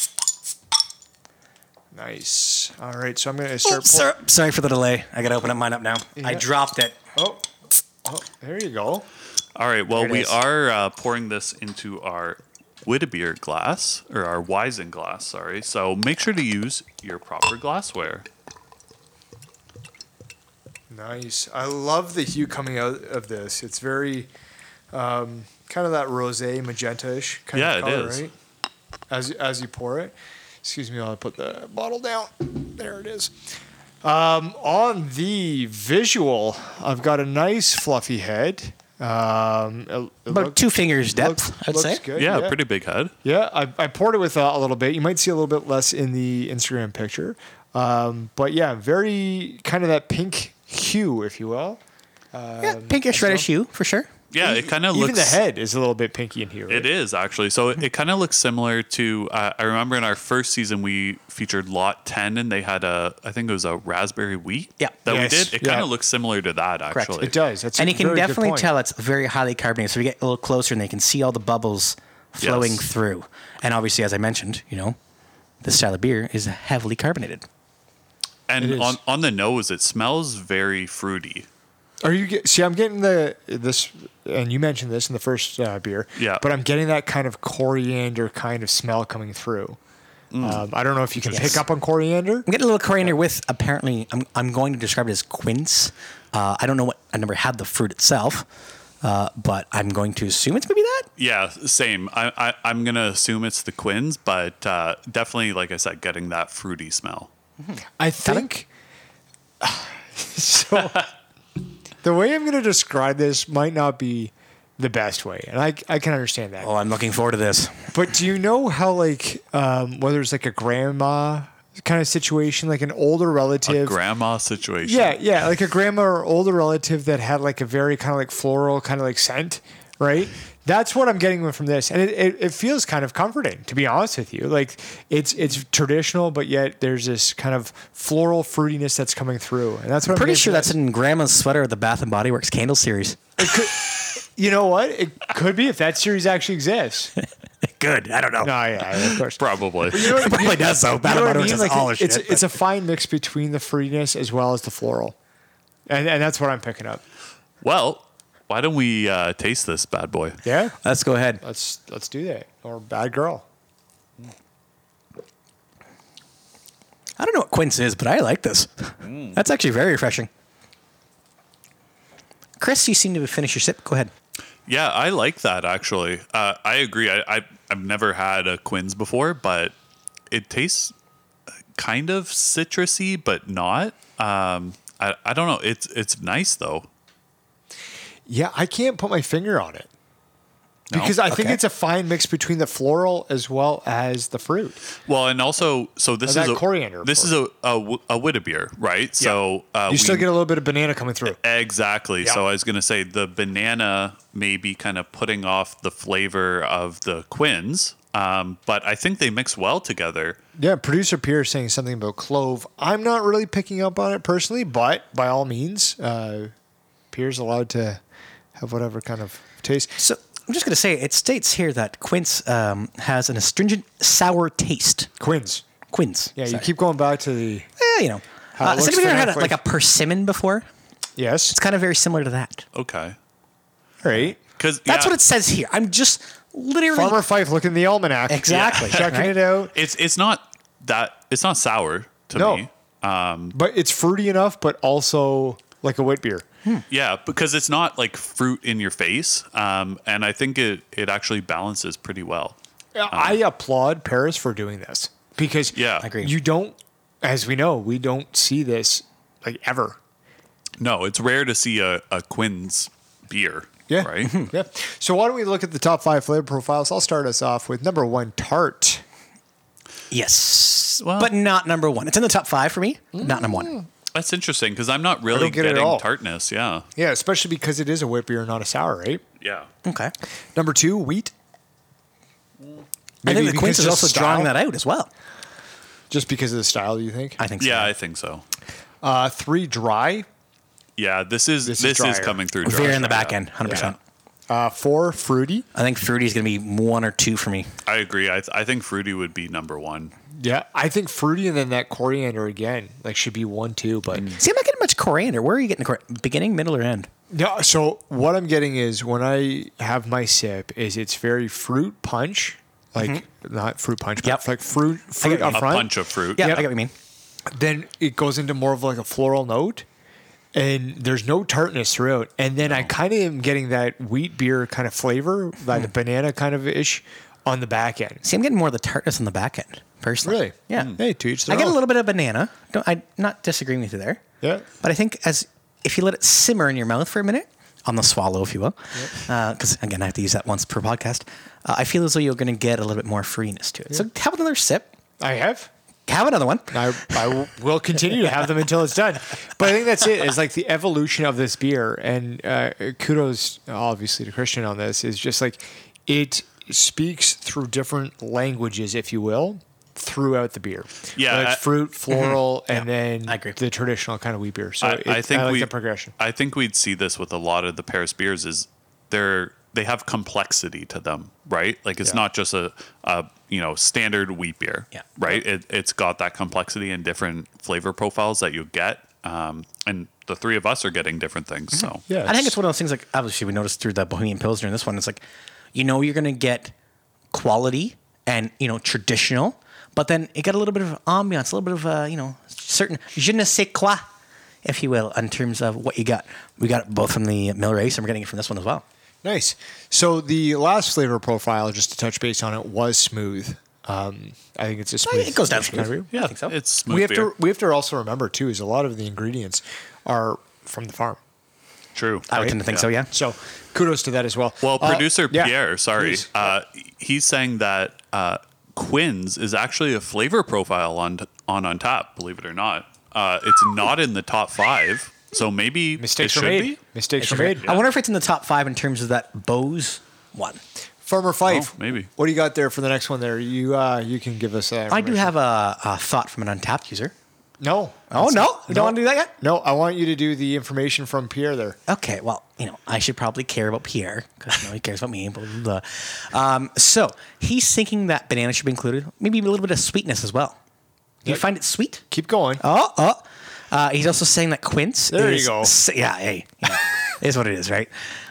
B: Nice. All right, so I'm going to
C: Oh,
B: start. pull-
C: sor- sorry for the delay. I got to open up mine up now. I
B: Yeah.
C: dropped it.
B: Oh, oh, there you go.
A: All right. Well,
C: There it
A: we
C: is.
A: are uh, pouring this into our Wittebeer glass or our Weizen glass. Sorry. So make sure to use your proper glassware.
B: Nice. I love the hue coming out of this. It's very um, kind of that rose magenta-ish kind
A: Yeah, it
B: of color,
A: is.
B: right? As as you pour it. Excuse me while I put the bottle down. There it is. Um, on the visual, I've got a nice fluffy head. Um, it- it
C: About
B: look-
C: two fingers depth,
B: looks-
C: I'd
B: looks
C: say.
B: good,
A: Yeah, pretty big head.
B: yeah, I, I poured it with uh, a little bit. You might see a little bit less in the Instagram picture. Um, but yeah, very kind of that pink hue, if you will.
C: yeah, pinkish reddish hue for sure.
A: Yeah, it kind of
B: Even
A: looks.
B: the head is a little bit pinky in here.
A: It is actually. So it, it kind of looks similar to. Uh, I remember in our first season we featured Lot Ten, and they had a. I think it was a raspberry wheat.
C: Yeah.
A: That
B: Yes.
A: we did. It
B: Yeah.
A: kind of looks similar to that
C: Correct.
A: actually.
B: It does. That's
C: and
B: a
C: you can
B: very good
C: definitely
B: point.
C: tell it's very highly carbonated. So we get a little closer and they can see all the bubbles flowing
A: Yes.
C: through. And obviously, as I mentioned, you know, this style of beer is heavily carbonated.
A: And
B: is.
A: on on the nose, it smells very fruity.
B: Are you get, see? I'm getting the this, and you mentioned this in the first uh, beer.
A: Yeah.
B: But I'm getting that kind of coriander kind of smell coming through.
A: Mm.
B: Um, I don't know if you can pick
C: Yes.
B: up on coriander.
C: I'm getting a little coriander with apparently I'm, I'm going to describe it as quince. Uh, I don't know what I never had the fruit itself, uh, but I'm going to assume it's maybe that.
A: Yeah, same. I, I I'm gonna assume it's the quins, but uh, definitely, like I said, getting that fruity smell.
B: I think so. the way I'm going to describe this might not be the best way, and I I can understand that.
C: Oh, I'm looking forward to this.
B: But do you know how like um, whether it's like a grandma kind of situation, like an older
A: A
B: relative?
A: grandma situation.
B: yeah, yeah, like a grandma or older relative that had like a very kind of like floral kind of like scent, right? That's what I'm getting from this, and it, it, it feels kind of comforting to be honest with you. Like it's it's traditional, but yet there's this kind of floral fruitiness that's coming through, and that's what I'm
C: Pretty
B: getting
C: sure
B: from
C: that's
B: this.
C: in Grandma's sweater at the Bath and Body Works candle series.
B: you know what it could be if that series actually exists. no,
C: Good. I don't know.
B: yeah, of course.
A: probably.
B: You know what I mean?
C: Probably does though. Bath
B: You know
C: and
B: what I
C: Body Works
B: mean?
C: is
B: Like,
C: all this
B: it's
C: shit.
B: it's a fine mix between the fruitiness as well as the floral, and and that's what I'm picking up.
A: Well, why don't we uh, taste this bad boy?
B: Yeah,
C: Let's go ahead.
B: let's let's do that. Or bad girl.
C: I don't know what quince is, but I like this.
B: Mm.
C: That's actually very refreshing. Chris, you seem to have finished your sip. Go ahead.
A: Yeah, I like that actually. Uh, I agree. I, I I've never had a quins before, but it tastes kind of citrusy, but not. Um, I I don't know. It's it's nice though.
B: Yeah, I can't put my finger on it
A: No?
B: because I think
C: Okay.
B: it's a fine mix between the floral as well as the fruit.
A: Well, and also, so this
B: Now
A: is
B: that
A: a
B: coriander,
A: This
B: of
A: is a a, Wi- a Wittebeer, right? So uh,
B: You still get a little bit of banana coming through.
A: exactly. So
B: Yeah.
A: I was gonna say the banana may be kind of putting off the flavor of the quins, um, but I think they mix well together.
B: Yeah, producer Pierre saying something about clove. I'm not really picking up on it personally, but by all means, uh, Pierre's allowed to have whatever kind of taste.
C: So I'm just going to say it states here that quince um, has an astringent sour taste.
B: Quince.
C: Quince.
B: Yeah, you
C: sorry.
B: keep going back to the
C: Yeah, you know.
B: How it
C: Uh, has
B: looks
C: anybody ever had a,
B: phonetically.
C: like a persimmon before?
B: yes.
C: It's kind of very similar to that.
A: Okay,
B: Right.
A: because
C: That's what it says here. I'm just literally.
B: Farmer Fife looking in the almanac.
C: Exactly.
B: Checking
C: Right?
B: it out.
A: It's it's not that it's not sour to
B: No.
A: me.
B: But it's fruity enough, but also like a wit beer.
A: Yeah, because it's not like fruit in your face, um, and I think it it actually balances pretty well.
B: I applaud Paris for doing this because
A: Yeah,
C: I agree.
B: you don't, as we know, we don't see this like ever.
A: No, it's rare to see a a Quinn's beer.
B: Yeah.
A: right.
B: Yeah. So why don't we look at the top five flavor profiles? I'll start us off with number one, tart.
C: Yes.
A: Well-
C: but not number one. It's in the top five for me. Not number one.
A: That's interesting because I'm not really
B: get it at
A: getting
B: all.
A: tartness. Yeah,
B: Yeah, especially because it is a wit beer, not a sour, right?
A: yeah.
C: Okay.
B: Number two, wheat.
C: I
B: Maybe
C: think the
B: because
C: quince is
B: just
C: also drawing
B: style?
C: that out as well.
B: Just because of the style, you think?
C: I think so.
A: Yeah, I think so.
B: Uh, three, dry.
A: Yeah, this is
B: This
A: this,
B: is
A: is,
B: drier.
A: coming through.
C: Very
A: dry.
C: in the back end, 100%.
B: Uh, four, fruity.
C: I think fruity is going to be one or two for me.
A: I agree. I, th- I think fruity would be number one.
B: Yeah, I think fruity and then that coriander again, like should be one too. But
C: See, I'm not getting much coriander. Where are you getting the coriander? Beginning, middle, or end?
B: no, so what I'm getting is when I have my sip, is it's very fruit punch, like not fruit punch, but
C: Yep.
B: like fruit fruit
C: I
B: up
C: got
A: A
B: front.
A: bunch of fruit.
C: Yeah,
B: Yep.
C: I get what you mean.
B: Then it goes into more of like a floral note, and there's no tartness throughout. And then I kind of am getting that wheat beer kind of flavor, like the banana kind of ish, on the back end.
C: See, I'm getting more of the tartness on the back end, personally.
B: Really?
C: Yeah.
A: Hmm.
B: Hey, to each their
C: I get a
B: own.
C: little bit of banana. Don't, I'm not disagreeing with you there.
B: Yeah.
C: But I think as if you let it simmer in your mouth for a minute, on the swallow, if you will, because again, I have to use that once per podcast, uh, I feel as though you're going to get a little bit more freeness to it. So have another sip.
B: I have.
C: Have another one.
B: I, I w- will continue to have them until it's done. But I think that's it. It's like the evolution of this beer. And uh, kudos, obviously, to Christian on this. Is just like it speaks through different languages, if you will, throughout the beer.
A: Yeah,
B: Like
A: I- Mm-hmm.
B: fruit, floral, and then
C: I agree.
B: the traditional kind of wheat beer. So
A: I,
B: it-
A: I think
B: like
A: we
B: the progression.
A: I think we'd see this with a lot of the Paris beers is they're they have complexity to them, right? Like it's
B: Yeah.
A: not just a, a you know standard wheat beer,
C: Yeah.
A: right? It, it's got that complexity and different flavor profiles that you get, um, and the three of us are getting different things. So
B: Mm-hmm. Yeah,
C: I think it's one of those things like obviously we noticed through the Bohemian Pilsner in this one. It's like you know you're gonna get quality and you know traditional, but then it got a little bit of ambiance, a little bit of uh, you know certain je ne sais quoi, if you will, in terms of what you got. We got it both from the mill race, and we're getting it from this one as well.
B: Nice. So the last flavor profile, just to touch base on it, was smooth. Um, I think it's a smooth.
C: It goes down
B: kind of beer.
C: smooth. I think so.
A: it's smooth
B: we have
A: beer.
B: to we have to also remember too is a lot of the ingredients are from the farm.
A: True,
C: I would tend to think so. Yeah.
B: So kudos to that as well.
A: Well,
B: Uh,
A: producer
B: yeah,
A: Pierre, sorry,
B: please.
A: uh, he's saying that uh, Quinn's is actually a flavor profile on on on tap. Believe it or not, uh, it's not in the top five. So maybe
B: mistakes
A: it
B: were
A: should
B: made.
A: be.
B: Mistakes were made.
C: I wonder if it's in the top five in terms of that Bose one.
B: Farmer Fife,
A: Oh, maybe.
B: What do you got there for the next one? There, you uh, you can give us. That
C: I do
B: information.
C: have a, a thought from an untapped user.
B: no.
C: Oh
B: That's-
C: no, you don't want to do that yet.
B: No, I want you to do the information from Pierre there.
C: Okay, well, you know, I should probably care about Pierre because no, he cares about me. Blah, blah, blah. Um, so he's thinking that banana should be included, maybe a little bit of sweetness as well. Do you
B: Yep.
C: find it sweet?
B: Keep going.
C: Oh, oh. Uh, he's also saying that quince.
B: There you
C: is-
B: go.
C: s- yeah, hey, yeah. it is what it is, right?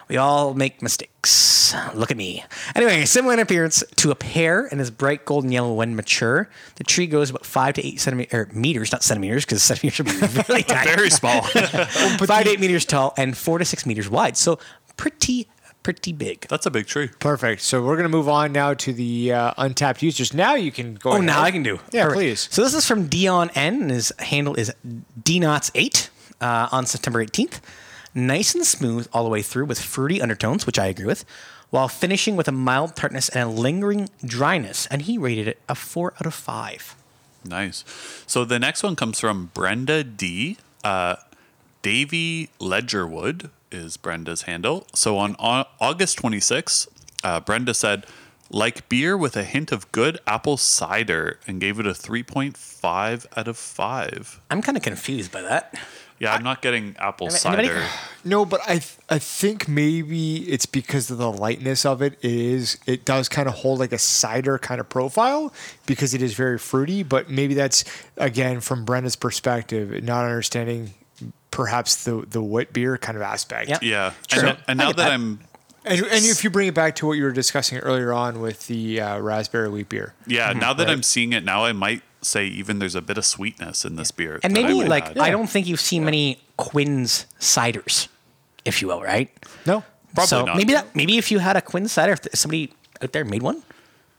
C: We all make mistakes. Look at me. Anyway, similar in appearance to a pear and is bright golden yellow when mature. The tree goes about five to eight centimeters, or meters, not centimeters, because centimeters should be really tiny
A: Very small.
C: five to eight meters tall and four to six meters wide. So pretty, pretty big.
A: That's a big tree.
B: Perfect. So we're gonna move on now to the uh, untapped users. Now you can go.
C: Oh,
B: ahead.
C: now I can do.
B: Yeah,
C: Perfect.
B: please.
C: So this is from Dion N. And his handle is dnots8 uh, on September 18th. Nice and smooth all the way through with fruity undertones, which I agree with, while finishing with a mild tartness and a lingering dryness. And he rated it a four out of five.
A: Nice. So the next one comes from Brenda D. Uh, Davy Ledgerwood is Brenda's handle. So on Au- August 26th, uh, Brenda said, like beer with a hint of good apple cider and gave it a 3.5 out of 5.
C: I'm kind of confused by that.
A: Yeah, I'm not getting apple
C: Anybody-
A: cider.
B: No, but I th- I think maybe it's because of the lightness of it. It is it does kind of hold like a cider kind of profile because it is very fruity. But maybe that's again from Brenda's perspective, not understanding perhaps the the wit beer kind of aspect.
C: Yep.
A: Yeah.
C: Sure.
A: And, and
C: I
A: now that,
C: get that.
A: I'm
B: And, and if you bring it back to what you were discussing earlier on with the uh, raspberry wheat beer,
A: yeah,
C: Mm-hmm.
A: now that I'm seeing it now I might say even there's a bit of sweetness in this beer.
C: And
A: that I
C: maybe
A: would
C: like
A: add.
C: I don't think you've seen many Quinn's ciders, if you will, right?
B: no,
A: Probably
C: so
A: not.
C: maybe that maybe if you had a Quinn cider, if somebody out there made one,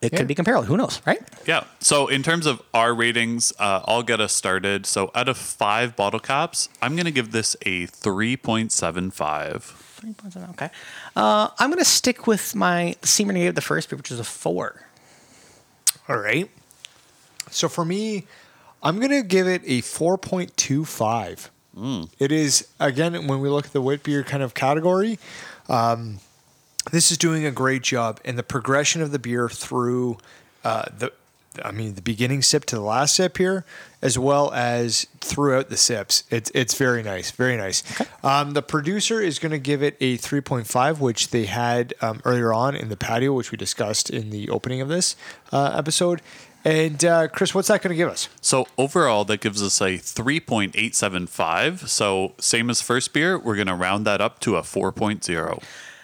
C: it
B: Yeah.
C: could be comparable. Who knows, right?
A: Yeah. So in terms of our ratings, uh, I'll get us started. So out of five bottle caps, I'm going to give this a 3.75.
C: Three points, Okay, uh, I'm gonna stick with my the same rating I gave the first beer, which was a four.
B: all right. So for me, I'm gonna give it a four point two five. It is again when we look at the wit beer kind of category. Um, this is doing a great job, and the progression of the beer through uh, the, I mean, the beginning sip to the last sip here, as well as throughout the sips. It's it's very nice, very nice. Um, the producer is going to give it a three point five, which they had um, earlier on in the patio, which we discussed in the opening of this uh, episode. And uh, Chris, what's that going to give us?
A: So overall, that gives us a 3.875. So same as first beer, we're going to round that up to a 4.0.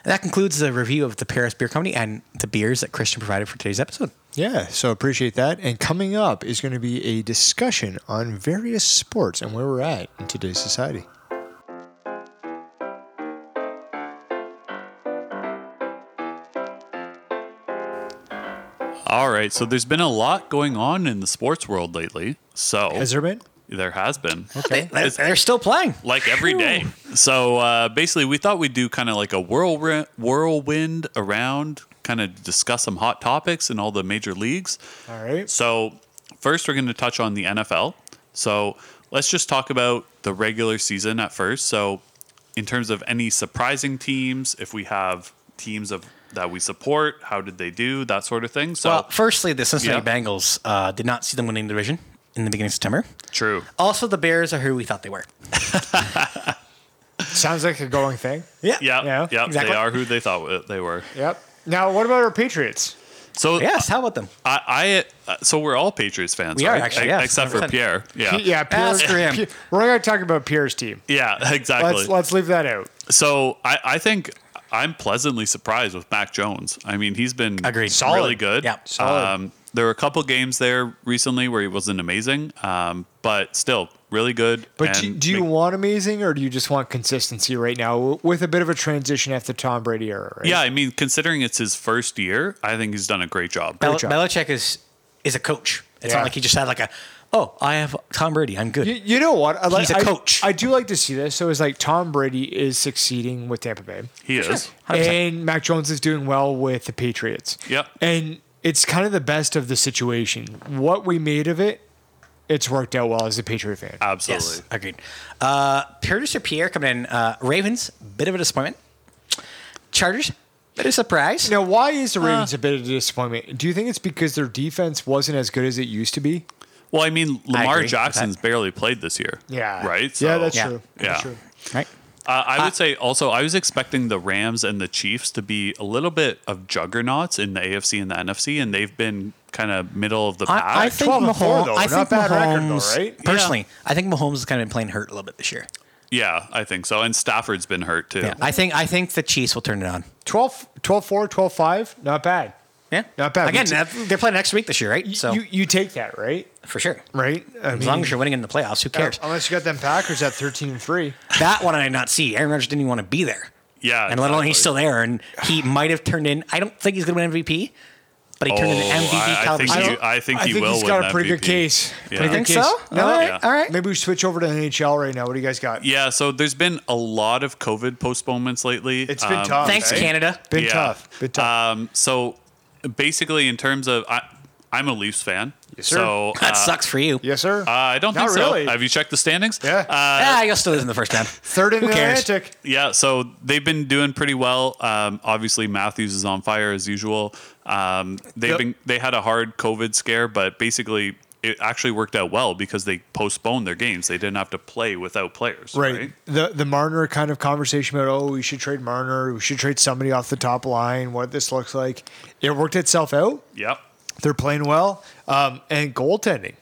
C: And that concludes the review of the Paris Beer Company and the beers that Christian provided for today's episode.
B: Yeah, so appreciate that. And coming up is going to be a discussion on various sports and where we're at in today's society.
A: All right. So there's been a lot going on in the sports world lately. So
B: Has there been?
A: There has been.
C: They, they're still playing.
A: like every day. So uh, basically, we thought we'd do kind of like a whirlwind, whirlwind around, kind of discuss some hot topics in all the major leagues.
B: All right.
A: So first, we're going to touch on the NFL. So let's just talk about the regular season at first. So in terms of any surprising teams, if we have teams of that we support, how did they do? That sort of thing. So
C: Well, firstly, the Cincinnati
A: Yeah.
C: Bengals uh, did not see them winning the division in the beginning of September.
A: true.
C: Also, the Bears are who we thought they were.
B: Sounds like a going thing.
A: Yeah,
B: Yeah,
A: yeah,
B: exactly.
A: they are who they thought uh, they were.
B: Yep. Now, what about our Patriots?
A: So
C: Yes, how about them?
A: I, I uh, so we're all Patriots fans.
C: We are,
A: right?
C: actually,
A: E-
C: yes,
A: except for
C: 100%.
A: Pierre. Yeah,
B: P- yeah Pierre,
C: Uh, Ask him.
B: Pierre- we're going to talk about Pierre's team.
A: Yeah, exactly.
B: Let's let's leave that out.
A: so I, I think I'm pleasantly surprised with Mac Jones. I mean, he's been
C: Agreed.
A: really
C: Solid.
A: good.
C: Yeah, solid.
A: Um, there were a couple games there recently where he wasn't amazing, um, but still really good.
B: But do,
A: and
B: do you
A: make-
B: want amazing or do you just want consistency right now w- with a bit of a transition after Tom Brady era? Right?
A: Yeah, I mean, considering it's his first year, I think he's done a great job.
C: Bel-
B: job.
C: Belichick is is a coach. It's
B: Yeah.
C: not like he just had like a, oh, I have Tom Brady. I'm good.
B: You, you know what? I like,
C: He's a
B: I-
C: coach.
B: I do like to see this. So it's like Tom Brady is succeeding with Tampa Bay,
A: He is.
C: 100%.
B: and Mac Jones is doing well with the Patriots.
A: Yep.
B: And it's kind of the best of the situation. What we made of it, it's worked out well as a Patriot fan.
A: Absolutely.
C: Yes, agreed. Uh, producer Pierre coming in. Uh, Ravens, bit of a disappointment. Chargers, bit of surprise.
B: Now, why is
A: uh.
B: the Ravens a bit of a disappointment? Do you think it's because their defense wasn't as good as it used to be?
A: Well, I mean, Lamar
C: agree with
A: Jackson's barely played this year. Right?
B: yeah,
A: So-
B: that's
C: Yeah.
B: true.
A: Yeah.
B: That's true.
C: Right.
A: Uh, I would say also I was expecting the Rams and the Chiefs to be a little bit of juggernauts in the AFC and the NFC, and they've been kind of middle of the pack.
C: I, I think
B: 12 Ah, and four,
C: Mahomes.
B: though.
C: I
B: Not
C: think
B: bad record, though,
C: Mahomes.
B: right?
C: Personally, I think Mahomes has kind of been playing hurt a little bit this year.
A: yeah, I think so. And Stafford's been hurt too.
C: Yeah. I think I think the Chiefs will turn it on.
B: 12, 12 4, 12 5, not bad.
C: Yeah,
B: Not bad.
C: Again,
B: We t-
C: that- they're playing next week this year, right? So
B: you, you take that, right?
C: for sure,
B: Right? I
C: as long as you're winning in the playoffs, who cares?
B: Unless you got them Packers at 13 and 3.
C: that one I did not see. Aaron Rodgers didn't even want to be there.
A: Yeah,
C: and let alone he's
A: exactly.
C: still there, and he might have turned in. I don't think he's going to win MVP, but he turned in
A: Oh,
C: an MVP
A: I- I
C: caliber.
A: think
C: season.
A: you- I think he will
B: he's
A: win
B: got a pretty good
A: MVP.
B: case.
A: Yeah.
B: Pretty
A: Think
B: good case.
C: so? All right, all right.
B: Maybe we switch over to NHL right now. What do you guys got?
A: Yeah, so there's been a lot of COVID postponements lately.
B: It's been
A: Um,
B: tough.
C: Thanks,
B: eh?
C: Canada.
B: Been
A: Yeah.
B: tough. Been tough.
A: Um, so basically, in terms of, I, I'm a Leafs fan.
B: Yes, sir.
A: So
C: That
A: uh,
C: sucks for you.
B: yes, sir.
A: uh, I don't
B: Not
A: think so.
B: really.
A: Have you checked the standings? Uh,
B: yeah.
C: ah, you'll still lose in the first round.
B: Third in
C: who
B: the
C: cares?
B: Atlantic.
A: yeah, so they've been doing pretty well. Um, obviously, Matthews is on fire as usual. Um, they've
B: Yep.
A: been they had a hard COVID scare, but basically it actually worked out well because they postponed their games. They didn't have to play without players. Right.
B: Right. The the Marner kind of conversation about oh we should trade Marner, we should trade somebody off the top line, what this looks like. It worked itself out.
A: Yep.
B: They're playing well. Um, and goaltending.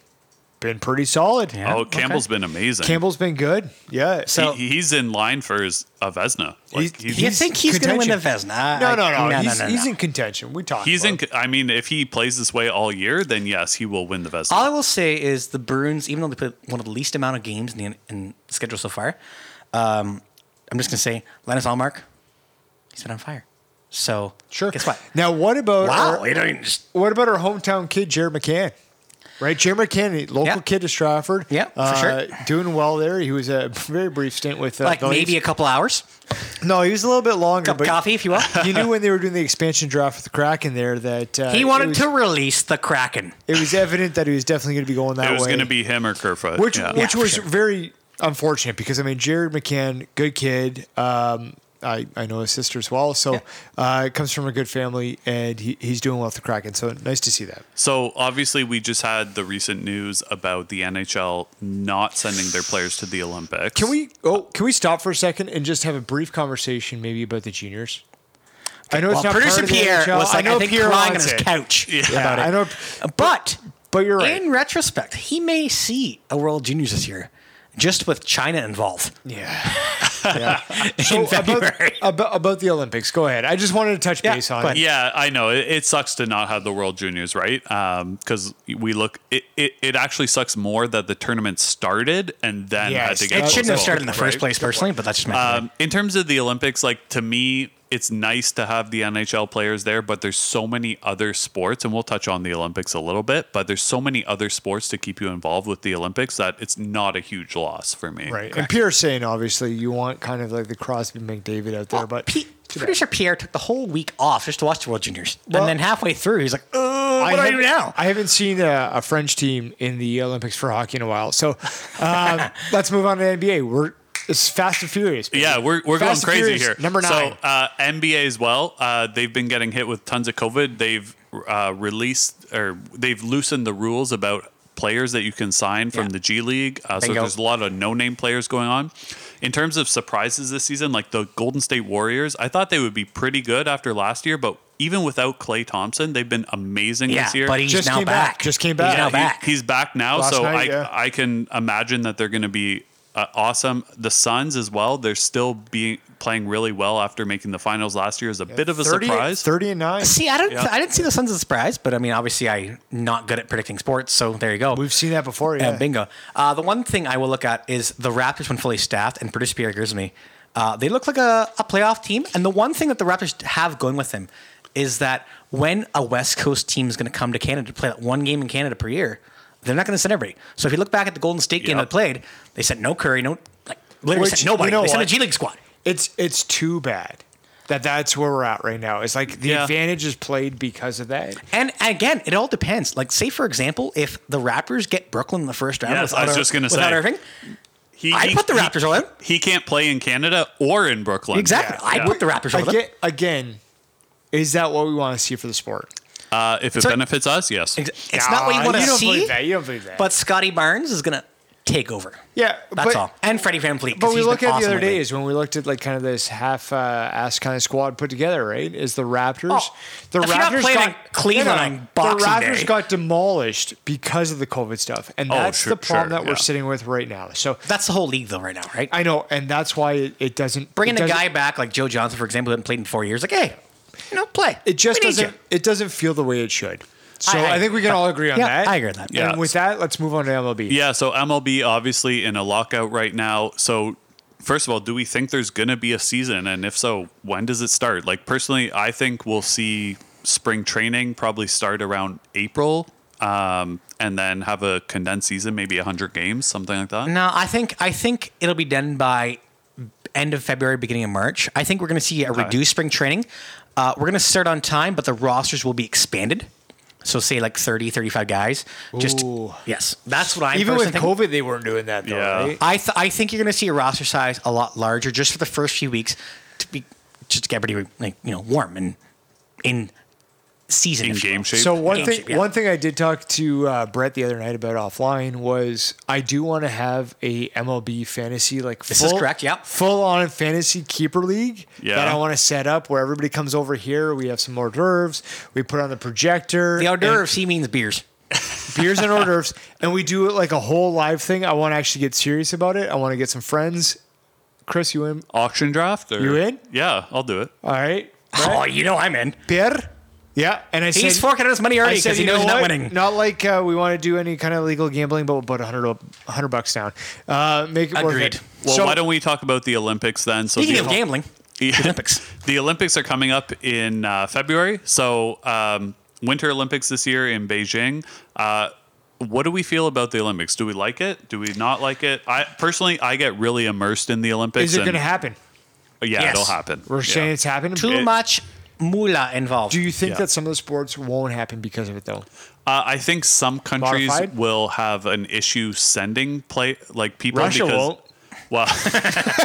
B: Been pretty solid.
C: Yeah.
A: Oh, Campbell's been amazing.
B: Campbell's been good. Yeah.
A: He-
C: So-
A: he's in line for his a Vesna. Like,
B: He's-
A: he's
C: You think he's going to win the Vesna? I-
B: no,
C: I-
B: no, no, He's,
C: no,
B: he's
C: no.
B: in contention. We talked.
A: he's
B: about
A: in.
B: it.
A: I mean, if he plays this way all year, then yes, he will win the Vesna.
C: All I will say is the Bruins, even though they put one of the least amount of games in the in the schedule so far, um, I'm just going to say Linus Allmark, he's been on fire. So
B: Sure.
C: guess what?
B: Now, what about
C: Wow,
B: our,
C: you don't even just
B: what about our hometown kid, Jared McCann? Right, Jared McCann, local
C: Yeah.
B: kid of Stratford. Uh,
C: Yeah, for sure.
B: Doing well there. He was a very brief stint with uh,
C: like
B: the
C: maybe a
B: Leafs.
C: couple hours,
B: no, he was a little bit longer.
C: cup of
B: but
C: coffee, if you will.
B: you knew when they were doing the expansion draft with the Kraken there that uh,
C: He wanted
B: it was,
C: to release the Kraken.
B: It was evident that he was definitely going to be going that
A: it was
B: way.
A: going to be him or Kerfoot.
B: which
A: yeah.
B: which
C: Yeah, for
B: was
C: sure.
B: very unfortunate because I mean Jared McCann, good kid. Um, I, I know his sister as well, so uh, comes from a good family, and he, he's doing well with the Kraken. So nice to see that.
A: So obviously, we just had the recent news about the NHL not sending their players to the Olympics.
B: Can we oh can we stop for a second and just have a brief conversation maybe about the juniors? I know
C: Well,
B: it's not
C: producer
B: part of the
C: Pierre
B: NHL.
C: was like, I,
B: know
C: think
B: Pierre
C: crying on
B: wants
C: his
B: it.
C: couch
B: Yeah,
C: about it.
B: I know.
C: But
B: But you're right.
C: In retrospect, he may see a World Juniors this year, just with China involved.
D: Yeah.
B: yeah. uh,
C: in
B: about,
C: February.
B: about, about the Olympics, go ahead. I just wanted to touch
C: Yeah,
B: base
C: go
B: on
C: ahead.
B: it.
A: Yeah, I know. It, it sucks to not have the World Juniors, right? Because we look, it, it, it actually sucks more that the tournament started and then had
D: Yes,
A: to
D: it
A: get
C: it shouldn't have
A: postponed,
C: started in the first
A: right?
C: place, personally, but that's just my
B: Uh,
A: Um, in terms of the Olympics, like to me, it's nice to have the NHL players there, but there's so many other sports, and we'll touch on the Olympics a little bit, but there's so many other sports to keep you involved with the Olympics that it's not a huge loss for me.
B: Right. And Pierre's saying, obviously, you want kind of like the Crosby McDavid out there,
C: Well,
B: but
C: P- producer Pierre took the whole week off just to watch the World Juniors, and then halfway through, he's like, "Uh, "What do I do
B: haven't-
C: now?"
B: I haven't seen a, a French team in the Olympics for hockey in a while. So um, let's move on to NBA. We're it's Fast and Furious. baby.
A: Yeah, we're, we're going
B: Fast and
A: crazy
B: Furious,
A: here.
B: Number nine.
A: So uh, NBA as well. Uh, they've been getting hit with tons of COVID. They've uh, released or they've loosened the rules about players that you can sign from
C: Yeah.
A: the G League. Uh, so
C: Bingo.
A: there's a lot of no-name players going on. In terms of surprises this season, like the Golden State Warriors, I thought they would be pretty good after last year, but even without Clay Thompson, they've been amazing
C: yeah,
A: this year.
C: but he's
B: Just
C: now
B: came
C: back.
B: back. Just came
C: He's
B: back.
C: now
B: Yeah,
A: He-
C: back.
A: he's back now,
B: Last
A: so
B: night,
A: I
B: yeah.
A: I can imagine that they're going to be uh, awesome. The Suns as well. They're still being playing really well after making the finals last year. Is a bit of a
B: 30
A: surprise.
B: 30 and 9.
C: see, I didn't,
A: Yeah.
C: I didn't see the Suns as a surprise, but I mean, obviously, I'm not good at predicting sports, so there you go.
B: We've seen that before. Yeah.
C: Yeah, bingo. Uh, the one thing I will look at is the Raptors when fully staffed, and producer Pierre agrees with me. Uh, they look like a, a playoff team, and the one thing that the Raptors have going with them is that when a West Coast team is going to come to Canada to play that one game in Canada per year, they're not going to send everybody. So if you look back at the Golden State game
A: Yep.
C: that played, they sent no Curry, no like literally
B: Which,
C: sent nobody.
B: you know
C: they sent a
B: what?
C: G League squad.
B: It's it's too bad that that's where we're at right now. It's like the
A: Yeah.
B: advantage is played because of that.
C: And again, it all depends. Like, say for example, if the Raptors get Brooklyn in the first round,
A: Yes, I was
C: without Ir-
A: just gonna
C: without
A: say.
C: Irving,
A: He,
C: I
A: he-
C: put the
A: he-
C: Raptors all in.
A: He, can't play in Canada or in Brooklyn.
C: Exactly. I put the Raptors over them.
B: Again, again, is that what we want to see for the sport?
A: Uh, if it
C: Sorry.
A: benefits us, yes.
C: Ex- It's not what you
B: Nah,
C: want to
B: You don't
C: see.
B: believe that. You don't believe that.
C: But Scotty Barnes is gonna take over.
B: yeah,
C: That's
B: but-
C: all. And Freddie Van Fleet.
B: But we look at the other
C: lately.
B: days when we looked at like kind of this half uh, ass kind of squad put together, right? Is the Raptors?
C: Oh,
B: the
C: if you're not playing in Cleveland on
B: the
C: Boxing
B: Raptors
C: Day.
B: got demolished because of the COVID stuff, and
A: Oh,
B: that's
A: sure-
B: the problem
A: sure,
B: that we're
A: yeah.
B: sitting with right now. So
C: That's the whole league though right now, right?
B: I know, and that's why it, it doesn't
C: Bringing
B: it
C: a
B: doesn't-
C: guy back like Joe Johnson, for example, who hadn't played in four years, like, hey, you know, play.
B: It just
C: We need
B: doesn't.
C: you.
B: It doesn't feel the way it should. So
C: I-
B: I, think we can all agree on
C: Yeah,
B: that.
C: I agree with that.
A: Yeah.
B: And with that, let's move on to MLB.
A: Yeah, so MLB obviously in a lockout right now. So first of all, do we think there's going to be a season and if so, when does it start? Like personally, I think we'll see spring training probably start around April um, and then have a condensed season, maybe 100 games, something like that.
C: No, I think I think it'll be done by end of February, beginning of March. I think we're going to see a reduced spring training. Uh, we're going to start on time, but the rosters will be expanded. So say like 30, 35 guys. Just
B: Ooh.
C: yes, that's what I'm
B: Even with
C: personally thinking.
B: COVID, they weren't doing that though.
A: Yeah.
B: Right?
C: I th- I think you're going to see a roster size a lot larger just for the first few weeks to be just to get everybody like you know warm and in season
A: In
C: if you
A: game
C: will.
A: shape.
B: So one
C: Game
B: thing,
C: shape, yeah.
B: one thing I did talk to uh, Brett the other night about offline was I do want to have a MLB fantasy like
C: This is correct, yep.
B: full on fantasy keeper league
A: Yeah.
B: that I want to set up where everybody comes over here. We have some hors d'oeuvres, we put on the projector,
C: The hors
B: and
C: d'oeuvres he means beers.
B: beers and hors d'oeuvres, and we do it like a whole live thing. I want to actually get serious about it. I want to get some friends. Chris, you in?
A: Auction draft or
B: You in?
A: Yeah, I'll do it.
B: All right,
C: Oh, you know I'm in.
B: Pierre. Yeah, and I
C: He's
B: said
C: forking out his money
B: I
C: already
B: said,
C: because he
B: "You
C: knows
B: know
C: he's not
B: what?
C: winning.
B: Not like uh, we want to do any kind of legal gambling, but we'll put 100, o- 100 bucks down. Uh, make it worth
C: Agreed.
B: it.
A: Well,
B: So-
A: why don't we talk about the Olympics then? So
C: Speaking
A: the-
C: of gambling,
A: the
C: Olympics.
A: the Olympics are coming up in uh, February. So um, Winter Olympics this year in Beijing. Uh, what do we feel about the Olympics? Do we like it? Do we not like it? I personally, I get really immersed in the Olympics.
B: Is it
A: and-
B: going to happen?
A: Yeah,
C: Yes.
A: it'll happen.
B: We're
A: Yeah.
B: saying it's happening.
C: too
B: It-
C: much moolah involved.
B: Do you think
A: Yeah.
B: that some of the sports won't happen because of it, though?
A: Uh, I think some countries
B: Modified?
A: will have an issue sending play like people.
B: Russia
A: because,
B: won't.
A: Well,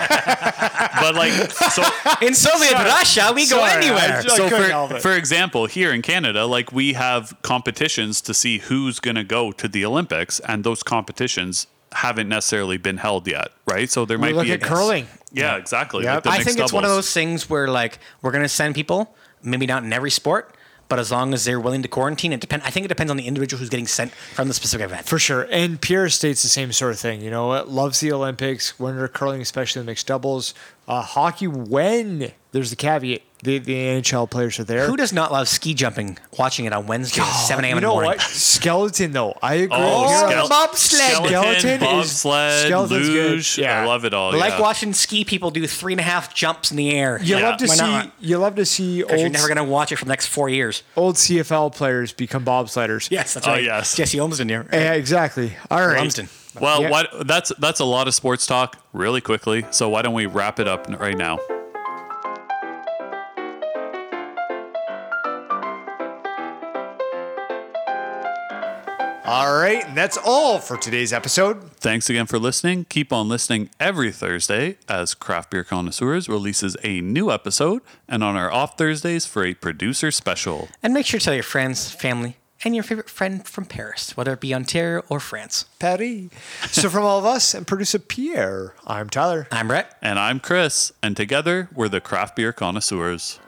A: but like so.
C: in Soviet Russia, we
B: Sorry, I
C: go anywhere.
B: ju-
A: so
B: couldn't help
A: for,
B: it.
A: for example here in canada like we have competitions to see who's going to go to the olympics and those competitions haven't necessarily been held yet right so there might
B: look
A: be a-
B: at curling.
A: yeah exactly
B: Yep.
A: like the
C: I
A: mixed
C: think it's one of
A: doubles.
C: those things where like we're gonna send people, maybe not in every sport, But as long as they're willing to quarantine, it depend. I think it depends on the individual who's getting sent from the specific event.
B: For sure. And Pierre states the same sort of thing. You know, uh, loves the Olympics, winter curling, especially the mixed doubles. Uh, hockey, when there's the caveat, the, the NHL players are there.
C: who does not love ski jumping? Watching it on Wednesday, at
B: Oh,
C: seven a.m.
B: You
C: in the
B: know
C: morning.
B: what? Skeleton, though. I agree.
A: Oh,
B: with
A: skel-
B: Pierre.
C: bobsled.
A: skeleton,
B: Skeleton is-
A: bobsled,
B: skeleton's good.
A: luge. I
B: Yeah.
A: love it all.
C: Like
A: yeah.
C: watching ski people do three and a half jumps in the air.
B: You
A: Yeah.
B: love to
C: Why
B: see.
C: not?
B: You love to see
C: Because
B: old,
C: you're never gonna watch it for the next four years.
B: old CFL players become bobsledders.
C: Yes, that's
A: Oh,
C: right.
A: yes.
C: Jesse Olmsden here.
B: Yeah, exactly. All right.
C: Lumsden.
A: Well,
B: Yeah.
A: what, that's that's a lot of sports talk, really quickly. So why don't we wrap it up right now?
B: All right, and that's all for today's episode.
A: Thanks again for listening. Keep on listening every Thursday as Craft Beer Connoisseurs releases a new episode, and on our off Thursdays for a producer special.
C: And make sure to tell your friends, family, and your favorite friend from Paris, whether it be Ontario or France.
B: Patty. So from all of us and producer Pierre, I'm Tyler.
C: I'm Brett.
A: And I'm Chris, and together we're the Craft Beer Connoisseurs.